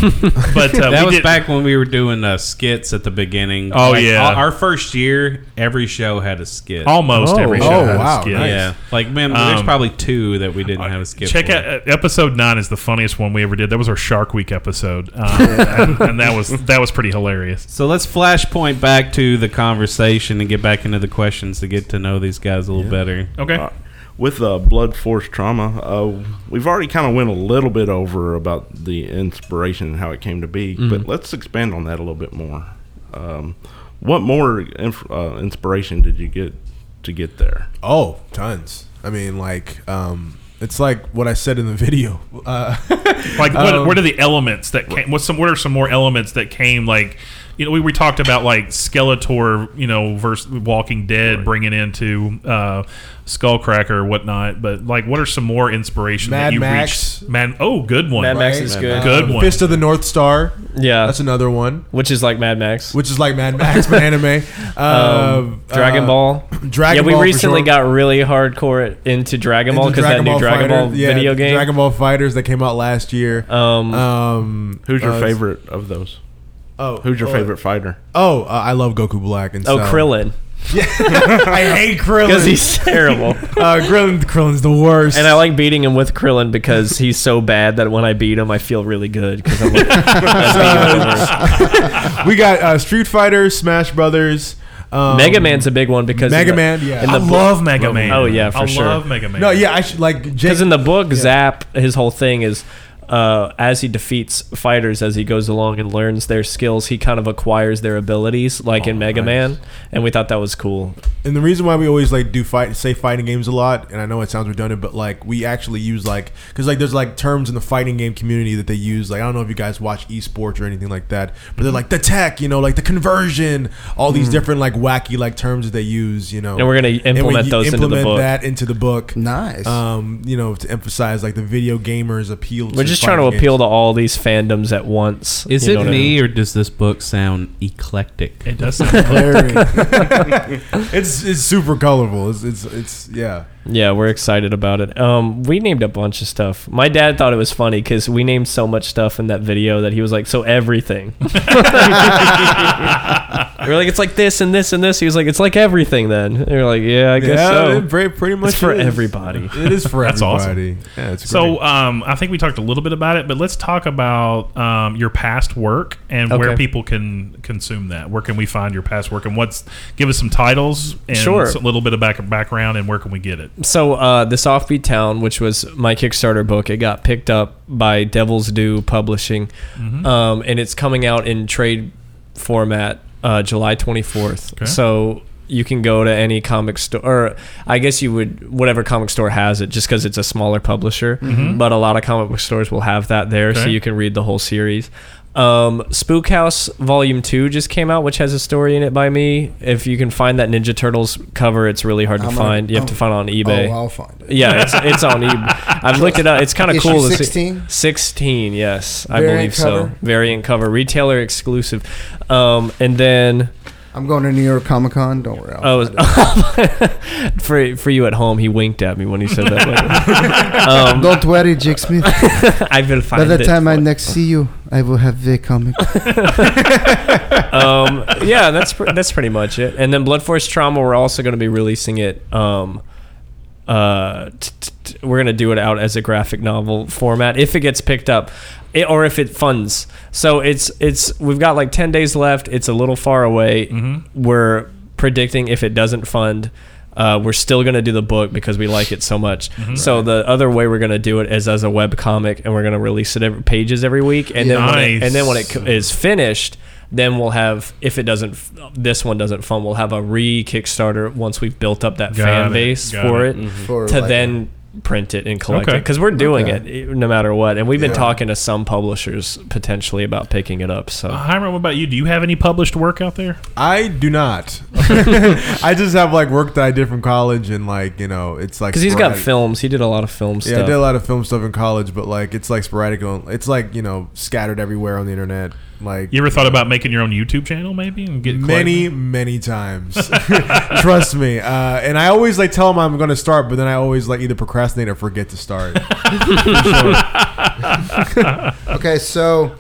S8: but uh,
S9: that
S8: we
S9: was
S8: did,
S9: back when we were doing uh, skits at the beginning.
S8: Oh, yeah.
S9: our, our first year, every show had a skit.
S8: Almost Oh. every show Oh, had a wow, skit. nice.
S9: Yeah, like man, there's
S8: Um,
S9: probably two that we didn't have a skit.
S8: Check
S9: for.
S8: out uh, episode nine is the funniest one we ever did. That was our Shark Week episode, um, and, and that was that was pretty hilarious.
S9: So let's flashpoint back to the conversation and get back into the questions to get to know these guys a little better.
S8: Okay.
S13: with uh, blood force trauma, uh, we've already kind of went a little bit over about the inspiration and how it came to be,
S12: Mm-hmm.
S15: Mhm.
S13: but let's expand on that a little bit more. Um, what more inf- uh, inspiration did you get to get there?
S11: Oh, tons. I mean, like, um, it's like what I said in the video. Uh,
S8: Like, what,
S11: um,
S8: what are the elements that came? What's some? What are some more elements that came? Like, you know, we, we talked about like Skeletor, you know, versus Walking Dead, bringing into uh, Skullcracker or whatnot. But like, what are some more inspiration
S11: Mad
S8: that you
S11: Max.
S8: reached? Man, oh, good one.
S11: Right?
S8: Good
S11: Um,
S8: one.
S11: Fist of the North Star.
S12: Yeah,
S11: that's another one.
S12: Which is like Mad Max.
S11: Which is like Mad Max, but anime. Um,
S12: Dragon
S11: uh,
S12: Ball.
S11: Dragon
S12: Yeah, we
S11: Ball for
S12: recently
S11: sure.
S12: got really hardcore into Dragon Ball
S11: Into
S12: because that new Dragon
S11: Fighter-
S12: Ball
S11: yeah,
S12: video game.
S11: Dragon Ball Fighters that came out last year.
S12: Um,
S13: Who's your
S11: uh,
S13: favorite of those?
S11: Oh,
S13: who's your
S11: oh,
S13: favorite fighter?
S11: Oh, uh, I love Goku Black and
S13: Oh,
S11: Cell.
S13: Krillin.
S11: Yeah, I hate Krillin
S12: 'Cause he's terrible.
S11: Uh, Krillin, Krillin's the worst.
S12: And I like beating him with Krillin because he's so bad that when I beat him, I feel really good because I'm like, I beat him the worst.
S11: Uh, we got uh, Street Fighter, Smash Brothers. Um,
S12: Mega Man's a big one because in
S11: Mega
S12: the-
S11: Man. Yeah,
S12: in the I book- love Mega Man. Oh, yeah, for
S8: I
S12: sure.
S8: love Mega Man.
S11: No, yeah, I should like
S12: Because in the book, Zap, his whole thing is uh, as he defeats fighters as he goes along and learns their skills, he kind of acquires their abilities, like in Mega Man. And we thought that was cool.
S11: And the reason why we always like do fight say fighting games a lot, and I know it sounds redundant, but like we actually use like because like there's like terms in the fighting game community that they use. Like I don't know if you guys watch esports or anything like that, but they're
S12: Mm-hmm.
S11: like the tech, you know, like the conversion, all these
S12: Mhm.
S11: different like wacky like terms that they use, you know.
S12: And we're gonna
S11: And we
S12: implement
S11: u-
S12: those into the
S11: implement
S12: book.
S11: That into the book.
S10: Nice.
S11: Um, you know, to emphasize like the video gamers appeal.
S12: We're
S11: to
S12: just trying to
S11: fighting games.
S12: appeal to all these fandoms at once.
S9: Is
S12: you know
S9: it
S12: what I
S9: me or does this book sound eclectic?
S8: It does sound
S11: it's it's super colorful. It's it's, it's yeah.
S12: Yeah, we're excited about it. Um, we named a bunch of stuff. My dad thought it was funny because we named so much stuff in that video that he was like, "So everything." we were like, "It's like this and this and this." He was like, "It's like everything." Then and we were like, "Yeah, I guess
S11: Yeah,
S12: so."
S11: it pretty- pretty
S12: It's
S11: much
S12: for
S11: is.
S12: everybody.
S11: It is for
S8: That's
S11: everybody.
S8: awesome.
S11: Yeah, it's
S8: so um, I think we talked a little bit about it, but let's talk about um, your past work and where
S12: Okay.
S8: people can consume that. Where can we find your past work and what's? Give us some titles and
S12: Sure.
S8: a little bit of back, background and where can we get it?
S12: So uh, this Offbeat Town, which was my Kickstarter book, it got picked up by Devil's Due Publishing,
S8: Mhm.
S12: um, and it's coming out in trade format uh, July 24th.
S8: Okay.
S12: So you can go to any comic store, or I guess you would whatever comic store has it, just because it's a smaller publisher.
S8: Mhm.
S12: But a lot of comic book stores will have that there, so
S8: Okay.
S12: you can read the whole series. Um, Spook House Volume Two just came out, which has a story in it by me. If you can find that Ninja Turtles cover, it's really hard to
S10: I'm gonna-
S12: find. you have to
S10: oh.
S12: find it on E eBay.
S10: Oh, I'll find it.
S12: Yeah, it's, it's on eBay. I've looked it up. It's kind of
S10: Issue
S12: cool. to see-
S10: 16?
S12: 16, yes. I
S10: Variant
S12: believe so.
S10: cover?
S12: Variant cover, retailer exclusive. Um, and then,
S10: I'm going to New York Comic Con. Don't worry. I'll
S12: oh, for, for you at home, he winked at me when he said that. um,
S10: Don't worry, Jake Smith.
S12: I will
S10: By
S12: find
S10: the
S12: it.
S10: time I next see you, I will have the comic.
S12: um, yeah, that's pr- that's pretty much it. And then Blood Force Trauma, we're also going to be releasing it. Um, uh, t- t- t- we're going to do it out as a graphic novel format if it gets picked up, it, or if it funds. So it's it's we've got like ten days left. It's a little far away.
S8: Mm-hmm.
S12: We're predicting if it doesn't fund. Uh, we're still going to do the book because we like it so much. So the other way we're going to do it is as a web comic, and we're going to release it every, pages every week. And then when it, and then when it co-
S8: Nice.
S12: is finished, then we'll have if it doesn't f- this one doesn't fund, we'll have a re Kickstarter once we've built up that
S8: Got
S12: fan
S8: it,
S12: base
S8: got
S12: for
S8: it.
S12: it,
S8: Mhm. For
S12: to
S8: like-
S12: then print it and collect
S8: Okay.
S12: it because we're doing
S8: Okay.
S12: it eh, no matter what. And we've been
S8: Yeah.
S12: talking to some publishers potentially about picking it up. So
S8: Uh, Hiram, what about you? Do you have any published work out there?
S11: I do not. I just have like work that I did from college, and like you know, it's like
S12: because he's got
S11: sporadic.
S12: films, he did a lot of film
S11: Yeah,
S12: stuff.
S11: I did a lot of film stuff in college, but like it's like sporadic. on- It's like you know, scattered everywhere on the internet. Like
S8: You ever thought about making your own YouTube channel, maybe? And get
S11: many, many times. Trust me. Uh, and I always like tell them I'm going to start, but then I always like either procrastinate or forget to start. For sure.
S10: okay, so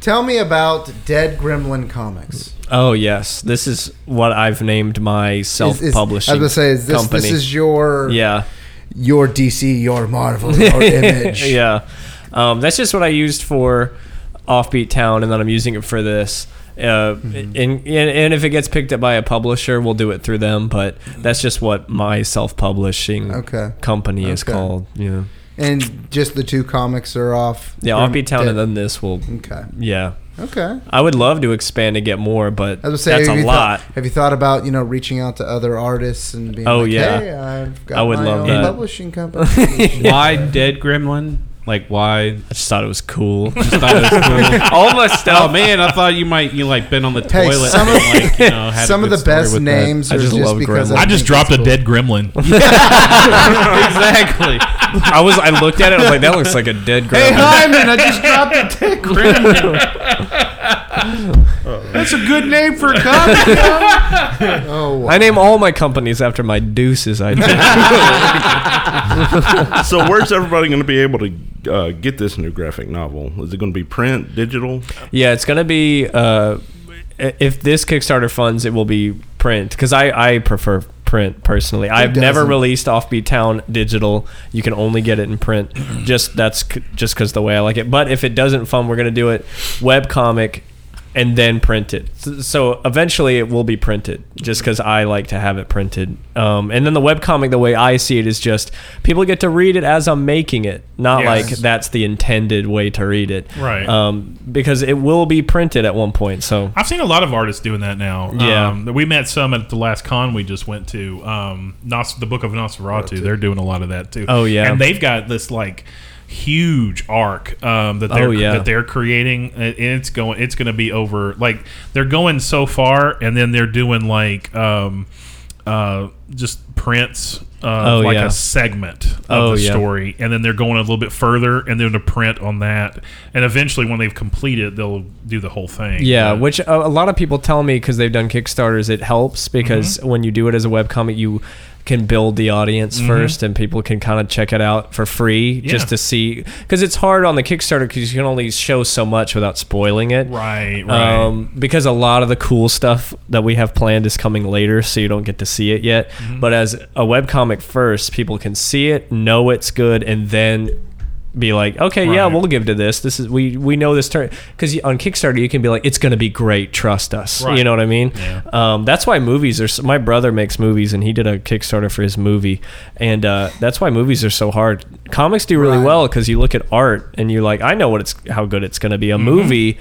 S10: tell me about Dead Gremlin Comics.
S9: Oh yes, this is what I've named my
S10: Is- is-
S9: self-publishing.
S10: I was gonna say, is this,
S9: company.
S10: this is your
S9: yeah.
S10: your DC, your Marvel, your image.
S9: yeah. Um, that's just what I used for Offbeat Town, and then I'm using it for this. Uh,
S10: Mm-hmm.
S9: and, and and if it gets picked up by a publisher, we'll do it through them. But that's just what my self-publishing
S10: Okay.
S9: company is
S10: Okay.
S9: called. Yeah,
S10: And just the two comics are off.
S9: yeah.
S10: Grim-
S9: Offbeat Town,
S10: Dead-
S9: and then this will.
S10: Okay.
S9: Yeah.
S10: Okay.
S9: I would love to expand and get more, but
S10: I was gonna say,
S9: that's
S10: have
S9: a
S10: you
S9: lot.
S10: Thought, have you thought about you know reaching out to other artists and being?
S9: Oh,
S10: like,
S9: yeah.
S10: Hey, I've got
S9: I would
S10: my
S9: love
S10: own
S9: that.
S10: publishing company.
S12: why Dead Gremlin? Like why?
S9: I just thought it was cool.
S12: Just thought it was cool.
S9: All my stuff.
S12: Oh man, I thought you might you like been on the
S10: Hey,
S12: toilet.
S10: some
S12: and,
S10: of-
S12: like, you know, had a
S10: some of
S12: good
S10: the
S12: story
S10: best
S12: with
S10: names
S12: that.
S10: are I just just love because I
S8: I just dropped a dead gremlin.
S12: exactly.
S9: I was. I looked at it. I was like, that looks like a dead grandma.
S10: Hyman, I just dropped a dead
S12: That's a good name for a comic.
S10: oh,
S9: I name all my companies after my deuces. I do.
S13: so where's everybody going to be able to uh, get this new graphic novel? Is it going to be print, digital?
S9: yeah, it's gonna be. Uh, if this Kickstarter funds, it will be print because I I prefer print personally. I've never
S12: doesn't?
S9: released Offbeat Town digital. You can only get it in print. Just that's c- just because the way I like it. But if it doesn't fund, we're gonna do it web comic. And then print it. S- So eventually, it will be printed, just because I like to have it printed. Um, and then the webcomic, the way I see it, is just people get to read it as I'm making it, not
S8: Yes.
S9: like that's the intended way to read it
S8: Right.
S9: um, because it will be printed at one point. So
S8: I've seen a lot of artists doing that now.
S9: Yeah.
S8: Um, we met some at the last con we just went to. Um, Nos- the Book of Nosferatu. They're doing a lot of that too.
S9: Oh, yeah.
S8: and they've got this like huge arc um, that they're
S9: Oh, yeah.
S8: that they're creating. And it's going. It's going to be over. Like they're going so far, and then they're doing like um, uh, just prints. Uh,
S9: Oh,
S8: like
S9: yeah.
S8: a segment of
S9: Oh,
S8: the
S9: yeah.
S8: story, and then they're going a little bit further, and then a print on that, and eventually when they've completed, they'll do the whole thing.
S9: yeah, which a, a lot of people tell me because they've done Kickstarters, it helps because
S8: Mm-hmm.
S9: when you do it as a webcomic, you can build the audience
S8: Mhm.
S9: first and people can kind of check it out for free
S8: Yeah.
S9: just to see because it's hard on the Kickstarter because you can only show so much without spoiling it.
S8: Right, right.
S9: Um, because a lot of the cool stuff that we have planned is coming later, so you don't get to see it yet.
S8: Mm-hmm.
S9: But as a webcomic first, people can see it, know it's good, and then be like, okay, yeah,
S8: Right.
S9: we'll give to this. This is we we know this turn because on Kickstarter you can be like, it's gonna be great, trust us.
S8: Right.
S9: You know what I mean?
S8: Yeah.
S9: Um, that's why movies are. So, my brother makes movies, and he did a Kickstarter for his movie, and uh, that's why movies are so hard. Comics do really well because you look at art and you're like, I know what it's how good it's going to be.
S8: Mm-hmm.
S9: A movie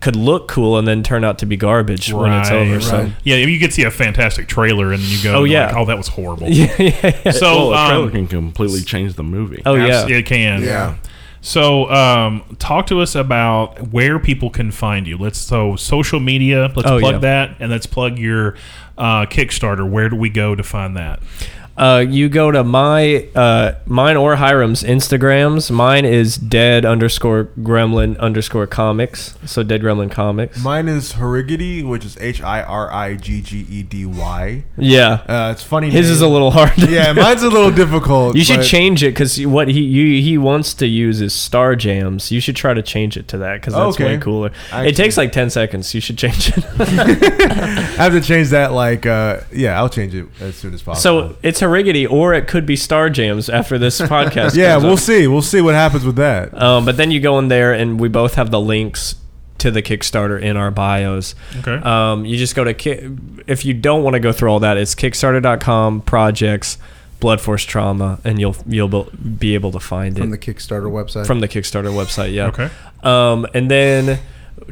S9: could look cool and then turn out to be garbage when it's over. So
S8: yeah, you could see a fantastic trailer and then you go,
S9: Oh,
S8: "Oh yeah,
S9: yeah.
S8: oh that was horrible."
S9: Yeah, yeah, yeah.
S8: So
S13: well, a trailer
S8: um,
S13: can completely change the movie.
S9: Oh, yeah.
S8: abs- it can.
S13: Yeah.
S8: So um, talk to us about where people can find you. Let's so social media. Let's
S9: Oh,
S8: plug
S9: yeah.
S8: that and let's plug your uh, Kickstarter. Where do we go to find that?
S9: Uh, you go to my uh, mine or Hiram's Instagrams. Mine is dead underscore gremlin underscore comics. So dead gremlin comics.
S11: Mine is Horigedy, which is H I R I G G E D Y.
S9: Yeah.
S11: uh, it's funny.
S9: His
S11: name.
S9: is a little hard.
S11: yeah, mine's a little difficult.
S9: You should
S11: but-
S9: change it because what he you, he wants to use is Star Jams. You should try to change it to that because that's
S11: Okay.
S9: way cooler.
S11: I
S9: it takes like ten seconds. You should change it.
S11: I have to change that. Like, uh, yeah, I'll change it as soon as possible.
S9: so it's Herigity, or it could be Star Jams after this podcast.
S11: yeah,
S9: comes
S11: we'll
S9: up.
S11: see. We'll see what happens with that.
S9: Um, but then you go in there, and we both have the links to the Kickstarter in our bios.
S8: Okay.
S9: Um, you just go to ki- if you don't want to go through all that, it's Kickstarter.com projects. Blood Force Trauma, and you'll you'll be- be able to find it
S10: From the Kickstarter website.
S9: From the Kickstarter website, yeah.
S10: Okay.
S9: Um, and then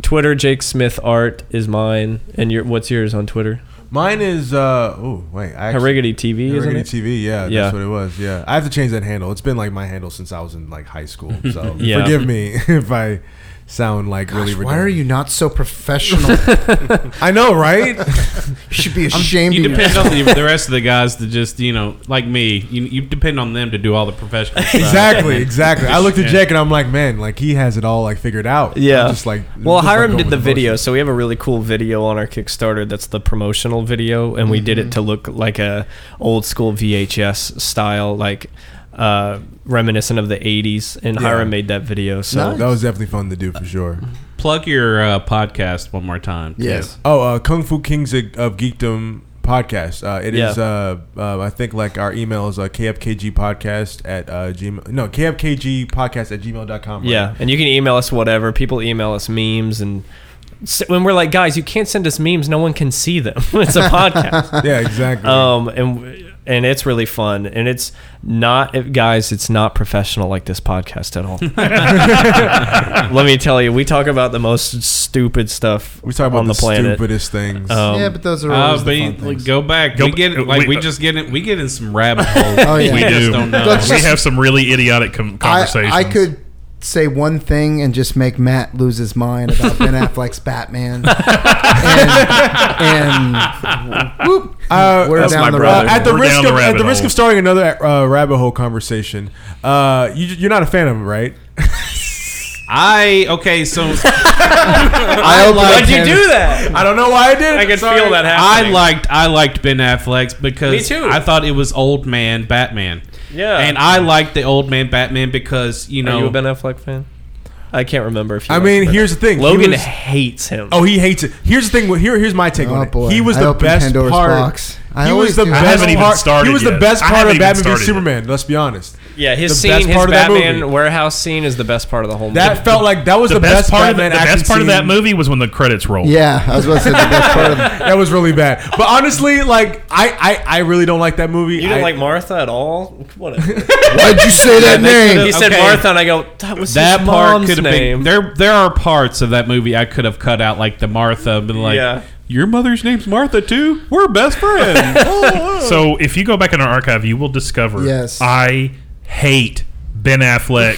S9: Twitter, Jake Smith Art is mine, and your what's yours on Twitter?
S11: Mine is uh oh wait, I
S9: Harigity TV,
S11: Harigity
S9: isn't it?
S11: TV, yeah,
S9: Yeah.
S11: that's what it was. Yeah, I have to change that handle. It's been like my handle since I was in like high school. So
S9: Yeah.
S11: forgive me if I sound like really.
S10: Why are you not so professional?
S11: redundant. I know, right? you
S10: should be ashamed.
S12: You
S10: of
S12: depend
S10: yourself.
S12: on the, the rest of the guys to just you know, like me. You, you depend on them to do all the professional. stuff.
S11: Exactly, exactly. I looked at
S12: Yeah.
S11: Jake and I'm like, man, like he has it all like figured out.
S9: Yeah.
S11: I'm just like
S9: well,
S11: just, like,
S9: Hiram
S11: going
S9: did
S11: with
S9: the video, so we have a really cool video on our Kickstarter. That's the
S11: Mm-hmm.
S9: promotional video, and we did it to look like a old school VHS style, like uh, reminiscent of the 80s, and
S11: Yeah.
S9: Hiram made that video. So
S11: that was definitely fun to do for sure.
S12: Plug your uh, podcast one more time. too.
S11: Oh, uh, Kung Fu Kings of, of Geekdom podcast. Uh, it is
S12: Yeah.
S11: uh, uh, I think like our email is uh, kfkgpodcast at uh, gmail. No, kfkgpodcast at gmail.com. Right?
S9: Yeah, and you can email us whatever. People email us memes and s- when we're like, guys, you can't send us memes. No one can see them. it's a podcast.
S11: Yeah, exactly.
S9: Um, and w- and it's really fun. And it's not, it- guys, it's not professional like this podcast at all. Let me tell you, we talk about the most stupid stuff. We talk
S11: about
S9: on the,
S11: the
S9: planet.
S11: stupidest things.
S9: Um,
S10: yeah, but those are
S12: Uh,
S10: always
S12: but
S10: the
S12: you-
S10: fun things.
S12: go back.
S8: Go
S12: we
S8: b-
S12: get like
S9: uh,
S12: we,
S8: we-
S12: just get in we get in some rabbit holes.
S10: Oh, yeah.
S12: We
S10: We
S12: just
S10: do.
S12: don't know.
S10: Let's
S8: we have some really idiotic com- conversations.
S10: I, I could say one thing and just make Matt lose his mind about Ben Affleck's Batman. and, and whoop,
S11: Uh,
S10: we're
S11: that's
S10: down
S11: my
S10: the
S11: brother.
S10: road.
S11: at the
S8: We're
S11: risk
S8: down
S11: of,
S8: the
S11: at
S8: rabbit
S11: the risk
S8: hole.
S11: of starting another uh, rabbit hole conversation, uh, you, you're not a fan of him, right?
S12: I okay, so
S10: I
S9: Why'd you do that?
S11: I don't know why I did. it.
S9: I could
S11: Sorry.
S9: feel that
S12: I
S9: happening.
S12: liked I liked Ben Affleck's because
S9: Me too.
S12: I thought it was old man Batman.
S9: Yeah.
S12: and I liked the old man Batman because you know
S9: Are you a Ben Affleck fan? I can't remember if you
S11: I
S9: like
S11: mean,
S9: Ben
S11: here's the
S9: Affleck.
S11: thing. He
S9: Logan
S11: was-
S9: hates him.
S11: Oh, he hates it. Here's the thing. Here, here's my take on it.
S10: boy.
S11: He was
S10: I
S11: the
S10: opened
S11: best
S10: Pandora's
S11: part.
S10: box. I
S11: he
S10: always
S11: was the
S10: do. I
S11: best
S10: haven't even
S11: part.
S8: started
S11: he was the
S8: yet.
S11: best
S8: I
S11: part
S8: haven't
S11: of
S8: even
S11: Batman v
S8: started yet.
S11: Superman. Let's be honest.
S9: yeah, his
S11: the
S9: scene,
S11: best
S9: his
S11: part of that
S9: Batman
S11: movie.
S9: warehouse scene, is the best part of the whole. movie.
S11: That felt like that was the, best, part
S8: of
S11: Batman
S8: that, the
S11: action
S8: best part of that
S11: scene.
S8: movie was when the credits rolled.
S10: Yeah, I was about to say the best part of
S11: that was really bad. But honestly, like I, I, I really don't like that movie.
S9: You didn't
S11: I-
S9: like Martha at all? Whatever.
S10: Why'd you say that name?
S9: He said
S12: Okay.
S9: Martha, and I go, that was
S12: that
S9: his
S12: part
S9: mom's
S12: could have been
S9: name.
S12: there. There are parts of that movie I could have cut out, like the Martha, but like
S9: Yeah.
S12: your mother's name's Martha too. We're best friends.
S11: Oh,
S8: So if you go back in our archive, you will discover.
S10: Yes.
S8: I hate Ben Affleck.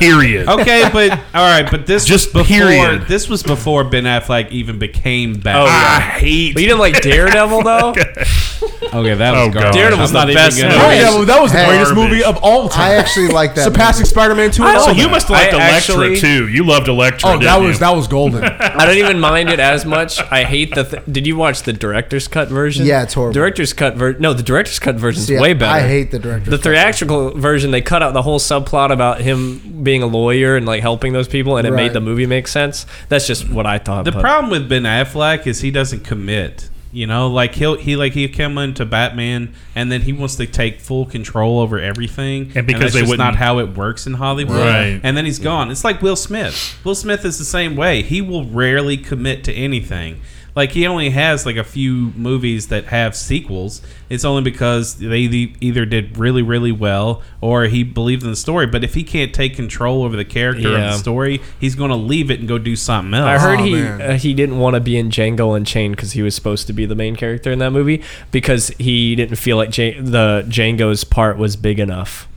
S8: period.
S9: Oh,
S12: okay, but all right, but this
S8: Just
S12: was before
S8: period.
S12: this was before Ben Affleck even became
S9: Oh,
S12: Batman.
S8: I
S9: yeah.
S8: hate.
S9: But you didn't like Daredevil, though?
S12: Okay, that was
S8: Oh, God.
S12: garbage.
S9: Daredevil's
S12: I'm not
S9: the
S12: even
S9: best
S12: gonna-
S11: Oh, yeah, well, that was the
S10: Hey.
S11: greatest movie of all time.
S10: I actually like that.
S11: Surpassing Spider-Man Two. and
S8: So
S11: all
S8: you
S11: that.
S8: must have liked
S9: I
S8: Electra
S9: actually-
S8: too. You loved Electra.
S11: Oh, that
S8: didn't
S11: was
S8: you?
S11: that was golden.
S9: I don't even mind it as much. I hate the. Th- Did you watch the director's cut version?
S10: Yeah, it's horrible.
S9: Director's cut version. No, the director's cut version's
S10: See,
S9: way better.
S10: I hate the director's
S9: The
S10: cut
S9: theatrical version, they cut out the whole subplot about him being a lawyer and like helping those people, and it
S10: Right.
S9: made the movie make sense. That's just what I thought.
S12: The
S9: but-
S12: problem with Ben Affleck is he doesn't commit. You know, like he'll he like he come into Batman and then he wants to take full control over everything.
S8: And
S12: that's
S8: because they
S12: just not
S8: wouldn't-
S12: how it works in Hollywood.
S8: Right.
S12: And then he's gone. It's like Will Smith. Will Smith is the same way. He will rarely commit to anything. Like he only has like a few movies that have sequels. It's only because they e- either did really really well or he believed in the story. But if he can't take control over the character of
S9: Yeah.
S12: the story, he's going to leave it and go do something else.
S9: I heard
S11: Oh,
S9: he
S11: man.
S9: uh, he didn't want to be in Django Unchained because he was supposed to be the main character in that movie because he didn't feel like J- the Django's part was big enough.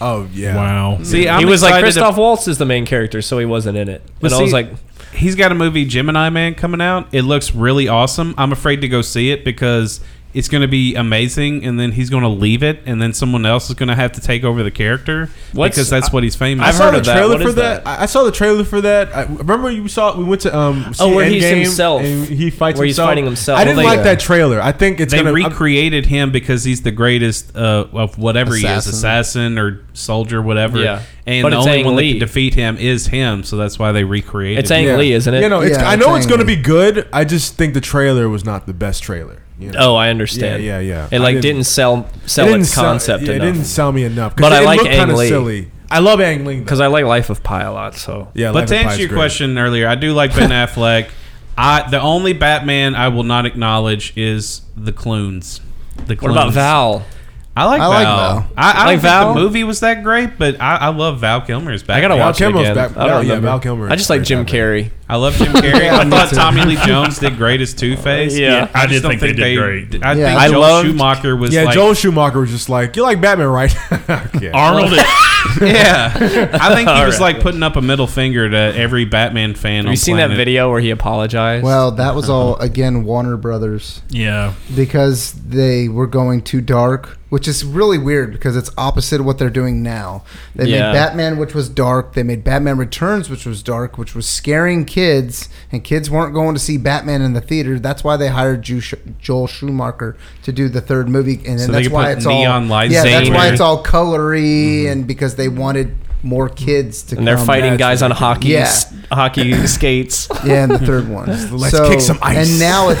S11: Oh yeah.
S8: Wow.
S12: See, I'm
S9: he was like
S12: excited to-
S9: Christoph Waltz is the main character, so he wasn't in it.
S12: But
S9: and I was
S12: see,
S9: like,
S12: he's got a movie Gemini Man coming out. It looks really awesome. I'm afraid to go see it because it's going to be amazing, and then he's going to leave it, and then someone else is going to have to take over the character
S9: What's-
S12: because that's what he's famous.
S9: I've
S12: for.
S11: I saw
S9: heard
S11: the
S9: of that.
S11: trailer
S9: What
S11: for
S9: is
S11: that.
S9: that?
S11: I I saw the trailer for that. I, remember you saw we went to um see
S9: Oh, where he's
S11: Endgame
S9: himself.
S11: and he fights
S9: Where he's
S11: himself.
S9: fighting himself.
S11: I didn't
S9: Well, they-
S11: like that trailer. I think it's
S12: they
S11: gonna I'm-
S12: recreated him because he's the greatest uh, of whatever he
S10: Assassin.
S12: is, assassin or soldier, whatever.
S9: Yeah.
S12: and
S9: But
S12: the
S9: it's
S12: only
S9: Ang
S12: one
S9: Lee.
S12: that can defeat him is him. So that's why they recreated.
S9: It's
S12: him.
S9: Ang Lee, isn't it?
S11: You know, it's,
S10: Yeah,
S11: I know
S10: it's
S11: it's going to
S10: Ang Lee.
S11: be good. I just think the trailer was not the best trailer. you know?
S9: oh, I understand.
S11: Yeah, yeah, yeah.
S9: It
S11: I
S9: like
S11: didn't-
S9: didn't, sell
S11: It
S9: sell
S11: didn't
S9: its
S11: sell-
S9: concept
S11: yeah, It didn't
S9: enough.
S11: sell me enough. 'cause
S9: But I
S11: it
S9: like
S11: looked
S9: Ang
S11: kinda
S9: Lee.
S11: Silly. I love Ang Lee. though.
S9: Because I like Life of Pi a lot, so
S11: Yeah,
S12: but
S11: Life
S12: to
S11: of Pi
S12: answer
S11: is
S12: your
S11: great.
S12: question earlier, I do like Ben Affleck. I the only Batman I will not acknowledge is the Clunes. The
S9: what about
S12: Clunes.
S9: Val?
S12: I like
S10: I
S12: Val.
S10: like Val.
S12: I, I don't
S9: Like
S12: think
S9: Val?
S12: the movie was that great, but I, I love Val Kilmer's Batman.
S9: I gotta
S11: Val
S9: watch
S11: Kilmer's
S9: it again.
S11: back-
S9: I
S11: Val-
S9: don't
S11: yeah,
S9: remember.
S11: Val Kilmer
S9: I
S11: is
S9: just like
S11: great
S9: Jim
S11: Batman.
S9: Carrey.
S12: I love Jim Carrey. I
S10: me
S12: thought
S10: too.
S12: Tommy Lee Jones did great as Two Face.
S9: Yeah.
S8: I did think they did great.
S12: I
S10: Yeah.
S12: think
S10: I
S12: Joel
S9: loved-
S12: Schumacher was
S11: Yeah,
S12: like,
S11: Joel Schumacher was just like, "You like Batman, right?" yeah.
S8: Arnold.
S12: Yeah, I think he
S9: All
S12: was
S9: right.
S12: like putting up a middle finger to every Batman fan.
S9: Have you seen that video where he apologized?
S10: Well, that was all again Warner Brothers
S8: yeah.
S10: because they were going too dark, which is really weird because it's opposite of what they're doing now. They
S9: Yeah.
S10: made Batman, which was dark. They made Batman Returns, which was dark, which was scaring kids, and kids weren't going to see Batman in the theater. That's why they hired Ju- Sh- Joel Schumacher to do the third movie, and then
S12: So they
S10: that's
S12: could
S10: why
S12: put
S10: it's
S12: neon
S10: all
S12: lights
S10: yeah, that's
S12: in
S10: why
S12: there.
S10: it's all colory, and because they wanted more kids to.
S9: Mm-hmm. and they're
S11: oh,
S10: come.
S9: fighting guys on hockey
S10: Yeah.
S9: s- hockey skates.
S10: Yeah, and the third one.
S9: Let's
S10: So-
S9: kick some ice.
S10: And now it's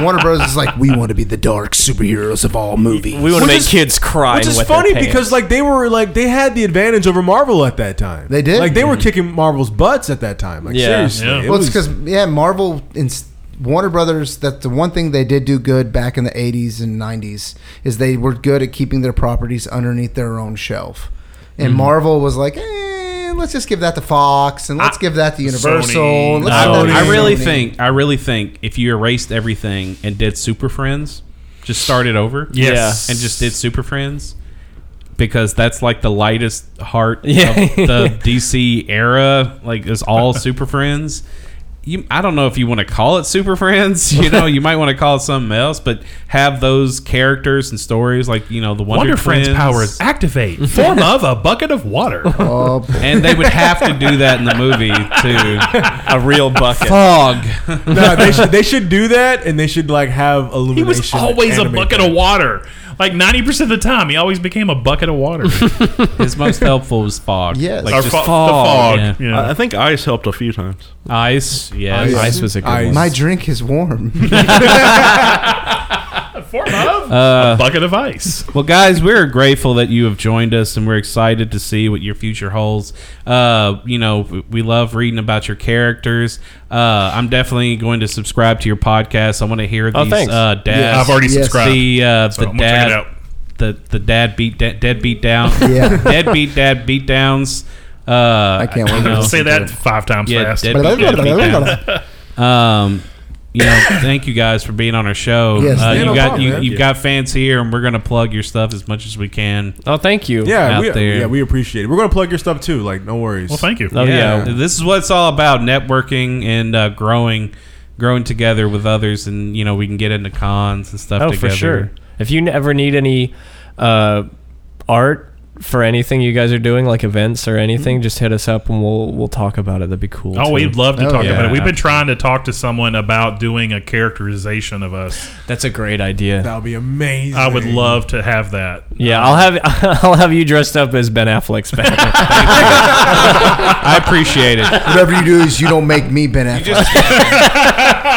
S10: Warner Bros. is like, we want to be the dark superheroes of all movies.
S9: We wanna Which make is- kids cry
S11: Which is
S9: with their
S11: funny
S9: pants.
S11: because like they were like they had the advantage over Marvel at that time. They
S10: did.
S11: Like they
S9: Mm-hmm.
S11: were kicking Marvel's butts at that time. Like seriously. it
S10: well, it's
S11: was-
S10: because yeah, Marvel and s- Warner Brothers. That's the one thing they did do good back in the '80s and '90s is they were good at keeping their properties underneath their own shelf. And
S11: Mhm.
S10: Marvel was like, eh, let's just give that to Fox and let's give that to Universal. and let's
S12: I,
S10: give that to
S12: I really
S10: Sony."
S12: think I really think if you erased everything and did Super Friends, just started over,
S9: Yes.
S12: and just did Super Friends because that's like the lightest heart
S9: Yeah.
S12: of the DC era. Like it's all Super Friends. You, I don't know if you want to call it Super Friends. You know, you might want to call it something else, but have those characters and stories like you know the Wonder,
S8: Wonder Friends powers activate. Form of a bucket of water.
S12: and they would have to do that in the movie too.
S9: A real bucket.
S12: Fog.
S11: no, they should they should do that and they should like have illumination.
S8: He was always a
S11: animate
S8: bucket
S11: that.
S8: of water. Like 90% of the time, he always became a bucket of water.
S12: His most helpful was fog.
S8: Yes.
S12: Like
S8: Or
S12: just
S8: fo- the
S12: fog.
S8: fog, yeah.
S13: I, I think ice helped a few times.
S12: Ice, yeah,
S13: Ice.
S12: ice, was a good one.
S10: My drink is warm.
S8: Form of
S12: Uh,
S8: a bucket of ice.
S12: Well, guys, we're grateful that you have joined us, and we're excited to see what your future holds. Uh, you know, w- we love reading about your characters. Uh, I'm definitely going to subscribe to your podcast. I want to hear
S9: Oh,
S12: these
S9: thanks.
S12: uh, dads.
S9: Yeah, I've already Yes. subscribed.
S12: The uh,
S9: So
S12: the
S9: I'm gonna check it
S12: dad,
S9: out.
S12: the the dad beat da- dead beat down,
S10: Yeah.
S12: dead beat dad beat downs. Uh, I
S10: can't wait
S12: you
S10: to
S12: know,
S8: Say that five times
S12: yeah,
S8: fast.
S12: dead beat, dead beat downs. Um, you know, thank you guys for being on our show.
S9: Yes,
S12: uh,
S9: yeah,
S12: you
S9: no
S12: got
S9: problem,
S12: you,
S9: man.
S12: you've got fans here, and we're gonna plug your stuff as much as we can.
S9: Oh, thank you.
S11: Yeah,
S12: out
S11: we,
S12: there.
S11: yeah, we appreciate it. We're gonna plug your stuff too. Like, no worries.
S8: Well, thank you.
S9: Oh,
S12: yeah. this is what it's all about: networking and uh, growing, growing together with others, and you know we can get into cons and stuff.
S9: Oh,
S12: together.
S9: for sure. If you ever need any uh, art for anything you guys are doing, like events or anything, just hit us up and we'll we'll talk about it. That'd be cool.
S8: Oh,
S9: too.
S8: we'd love to talk about it. We've been trying to talk to someone about doing a characterization of us.
S9: That's a great idea.
S11: That would be amazing.
S8: I would love to have that.
S9: Yeah, I'll have I'll have you dressed up as Ben Affleck's Batman.
S12: I appreciate it.
S10: Whatever you do is you don't make me Ben Affleck.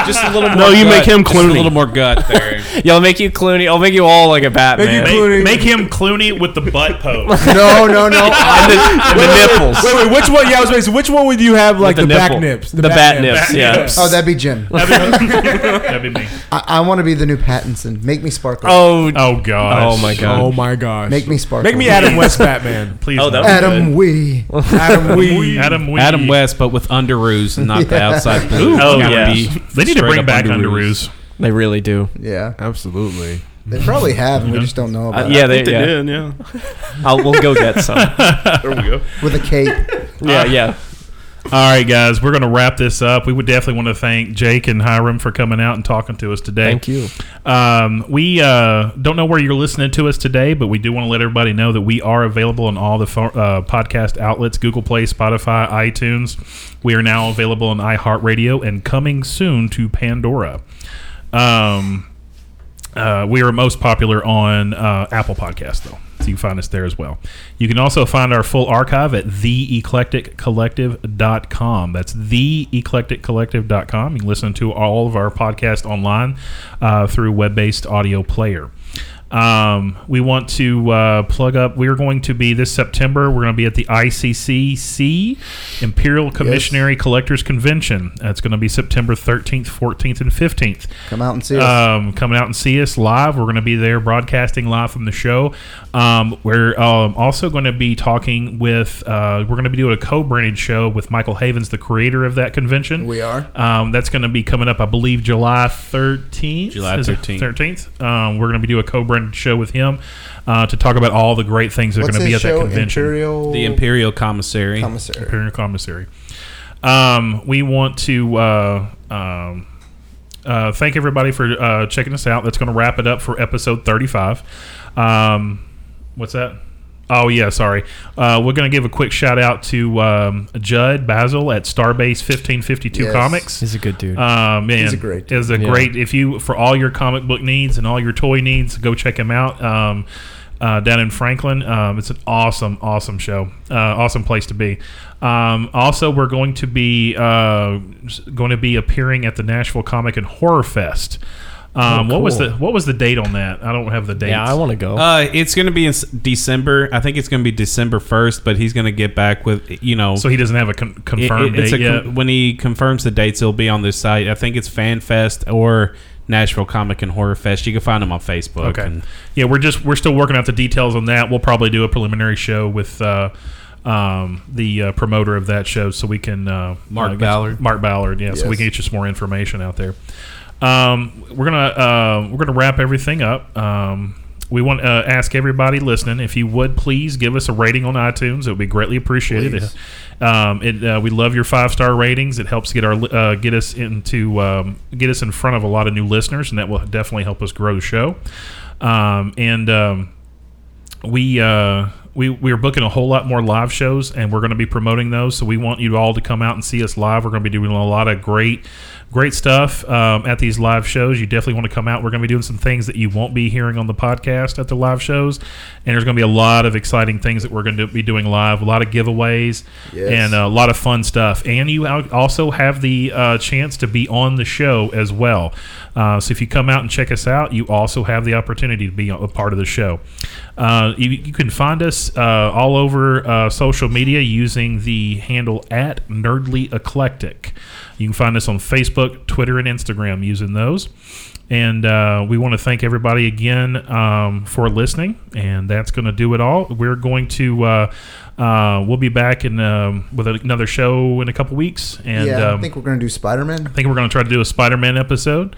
S12: Just a little. More
S9: No, you
S12: gut,
S9: make him
S12: just A
S9: Clooney.
S12: little more gut there.
S9: yeah, I'll make you Clooney. I'll make you all like a Batman.
S8: Make, make him Clooney with the butt pose.
S10: No, no, no.
S9: and the, and the nipples.
S11: Wait, wait, which one? Yeah, I was basically, which one would you have like the,
S9: With the
S11: back
S9: nipple.
S11: nips?
S9: The bat nips, yeah.
S10: Oh, that'd be Jim.
S8: That'd be me.
S10: I, I want to be the new Pattinson. Make me sparkle.
S9: Oh,
S8: oh god.
S9: Oh, my God.
S11: Oh my gosh.
S10: Make me sparkle.
S11: Make me Adam West Batman.
S8: Please.
S9: Oh, that
S8: no.
S9: was
S10: Adam
S9: good.
S10: Wee.
S11: Adam Wee.
S8: Adam Wee.
S12: Adam West, but with underoos and not the
S10: Yeah.
S12: outside.
S8: Ooh,
S12: blue.
S8: oh,
S12: Gotta
S8: yeah.
S12: be
S8: They need to
S12: straight
S8: bring
S12: up
S8: back underoos.
S9: They really do.
S10: Yeah,
S11: Absolutely.
S10: they probably have, and we just don't know about.
S9: Uh, yeah,
S13: I
S9: they,
S13: think they
S9: yeah.
S13: did, yeah.
S9: I'll, we'll go get some.
S13: There we go.
S10: it. With a cape.
S9: Yeah, yeah.
S8: All right, guys, we're going to wrap this up. We would definitely want to thank Jake and Hiram for coming out and talking to us today.
S9: Thank you.
S8: Um, we uh, don't know where you're listening to us today, but we do want to let everybody know that we are available on all the pho- uh, podcast outlets Google Play, Spotify, iTunes. We are now available on iHeartRadio and coming soon to Pandora. Um, uh, we are most popular on uh, Apple Podcast, though. So you can find us there as well. You can also find our full archive at theeclecticcollective.com. That's theeclecticcollective.com. You can listen to all of our podcasts online uh, through web based audio player. Um, we want to uh, plug up. We are going to be this September. We're going to be at the ICCC Imperial Commissionary Collectors Convention. That's going to be September 13th, 14th, and 15th.
S10: Come out and see us.
S8: Um, coming out and see us live. We're going to be there broadcasting live from the show. Um, we're um, also going to be talking with, uh, we're going to be doing a co branded show with Michael Havens, the creator of that convention.
S10: We are.
S8: Um, that's going to be coming up, I believe, July 13th.
S12: July
S8: Is it
S12: 13th.
S8: 13th. Um, we're going to be doing a co branded show with him uh, to talk about all the great things that are
S10: What's
S8: going to be
S10: his
S8: at that
S10: show?
S8: convention.
S10: Imperial.
S12: The Imperial Commissary.
S10: Commissary.
S8: Imperial Commissary. Um, we want to uh, um, uh, thank everybody for uh, checking us out. That's going to wrap it up for episode 35. Um, what's that? Oh yeah, sorry. Uh, we're going to give a quick shout out to um, Judd Basil at Starbase 1552
S12: Yes.
S8: Comics.
S12: He's a good dude.
S8: Uh, man,
S12: He's a great
S8: Is a
S12: dude. Yeah.
S8: great. If you for all your comic book needs and all your toy needs, go check him out. Um, uh, down in Franklin, um, it's an awesome, awesome show. Uh, awesome place to be. Um, also, we're going to be uh, s- going to be appearing at the Nashville Comic and Horror Fest. Um,
S9: Oh,
S8: What was
S9: cool.
S8: the What was the date on that? I don't have the date. Oh.
S9: Uh, it's going to be in s- December. I think it's going to be December first, but he's going to get back with you know.
S8: So he doesn't have a con- confirmed
S9: it's
S8: date
S9: a
S8: yet?
S9: when he confirms the dates, it'll be on this site. I think it's Fan Fest or Nashville Comic and Horror Fest. You can find him on Facebook.
S8: Okay.
S9: and-
S8: yeah, we're just we're still working out the details on that. We'll probably do a preliminary show with uh, um, the uh, promoter of that show, so we can uh,
S9: Mark
S8: uh, get-
S9: Ballard.
S8: Mark Ballard, yeah. So we
S9: Yes.
S8: can get you some more information out there. Um, we're gonna uh, we're gonna wrap everything up. Um, we want to uh, ask everybody listening if you would please give us a rating on iTunes. It would be greatly appreciated.
S15: Please.
S8: Um, it, uh, we love your five star ratings. It helps get our li- uh, get us into um, get us in front of a lot of new listeners, and that will definitely help us grow the show. Um, and um, we uh, we we are booking a whole lot more live shows, and we're going to be promoting those. So we want you all to come out and see us live. We're going to be doing a lot of great great stuff um, at these live shows. You definitely want to come out. We're going to be doing some things that you won't be hearing on the podcast at the live shows, and there's going to be a lot of exciting things that we're going to be doing live. A lot of giveaways
S15: Yes.
S8: and uh, a lot of fun stuff. And you al- also have the uh, chance to be on the show as well. Uh, so if you come out and check us out, you also have the opportunity to be a part of the show. Uh, you, you can find us uh, all over uh, social media using the handle at Nerdly Eclectic. You can find us on Facebook, Twitter, and Instagram using those. And uh, we want to thank everybody again um, for listening. And that's going to do it all. We're going to, uh, uh, we'll be back in, um, with another show in a couple weeks. And
S10: yeah,
S8: um,
S10: I think we're gonna do Spider Man.
S8: I think we're going to try to do a Spider Man episode.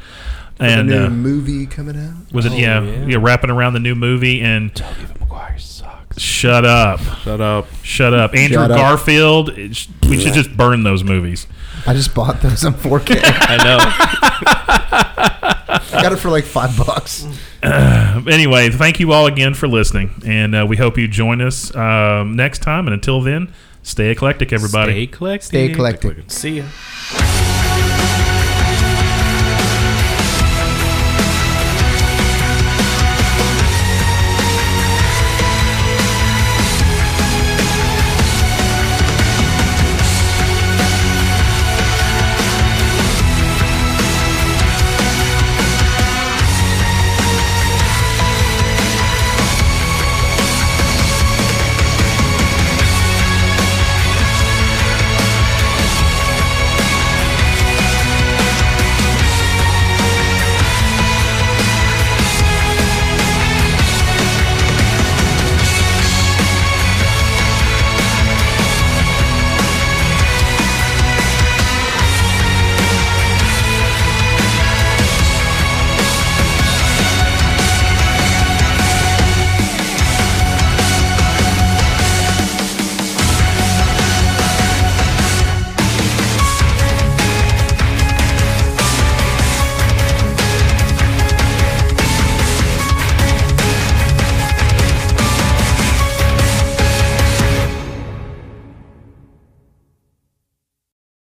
S8: And
S10: new Oh,
S8: uh,
S10: movie coming out.
S8: with it, yeah, yeah, wrapping around the new movie and Toby McGuire sucks. Shut up! Shut up! Shut up! Andrew
S10: Shut up.
S8: Garfield. it sh- We should just burn those movies.
S10: I just bought those on 4K.
S8: I know.
S10: I got it for like five bucks.
S8: anyway, thank you all again for listening, and uh, we hope you join us um, next time. And until then, stay eclectic, everybody.
S9: Stay eclectic.
S10: Stay eclectic.
S9: See ya.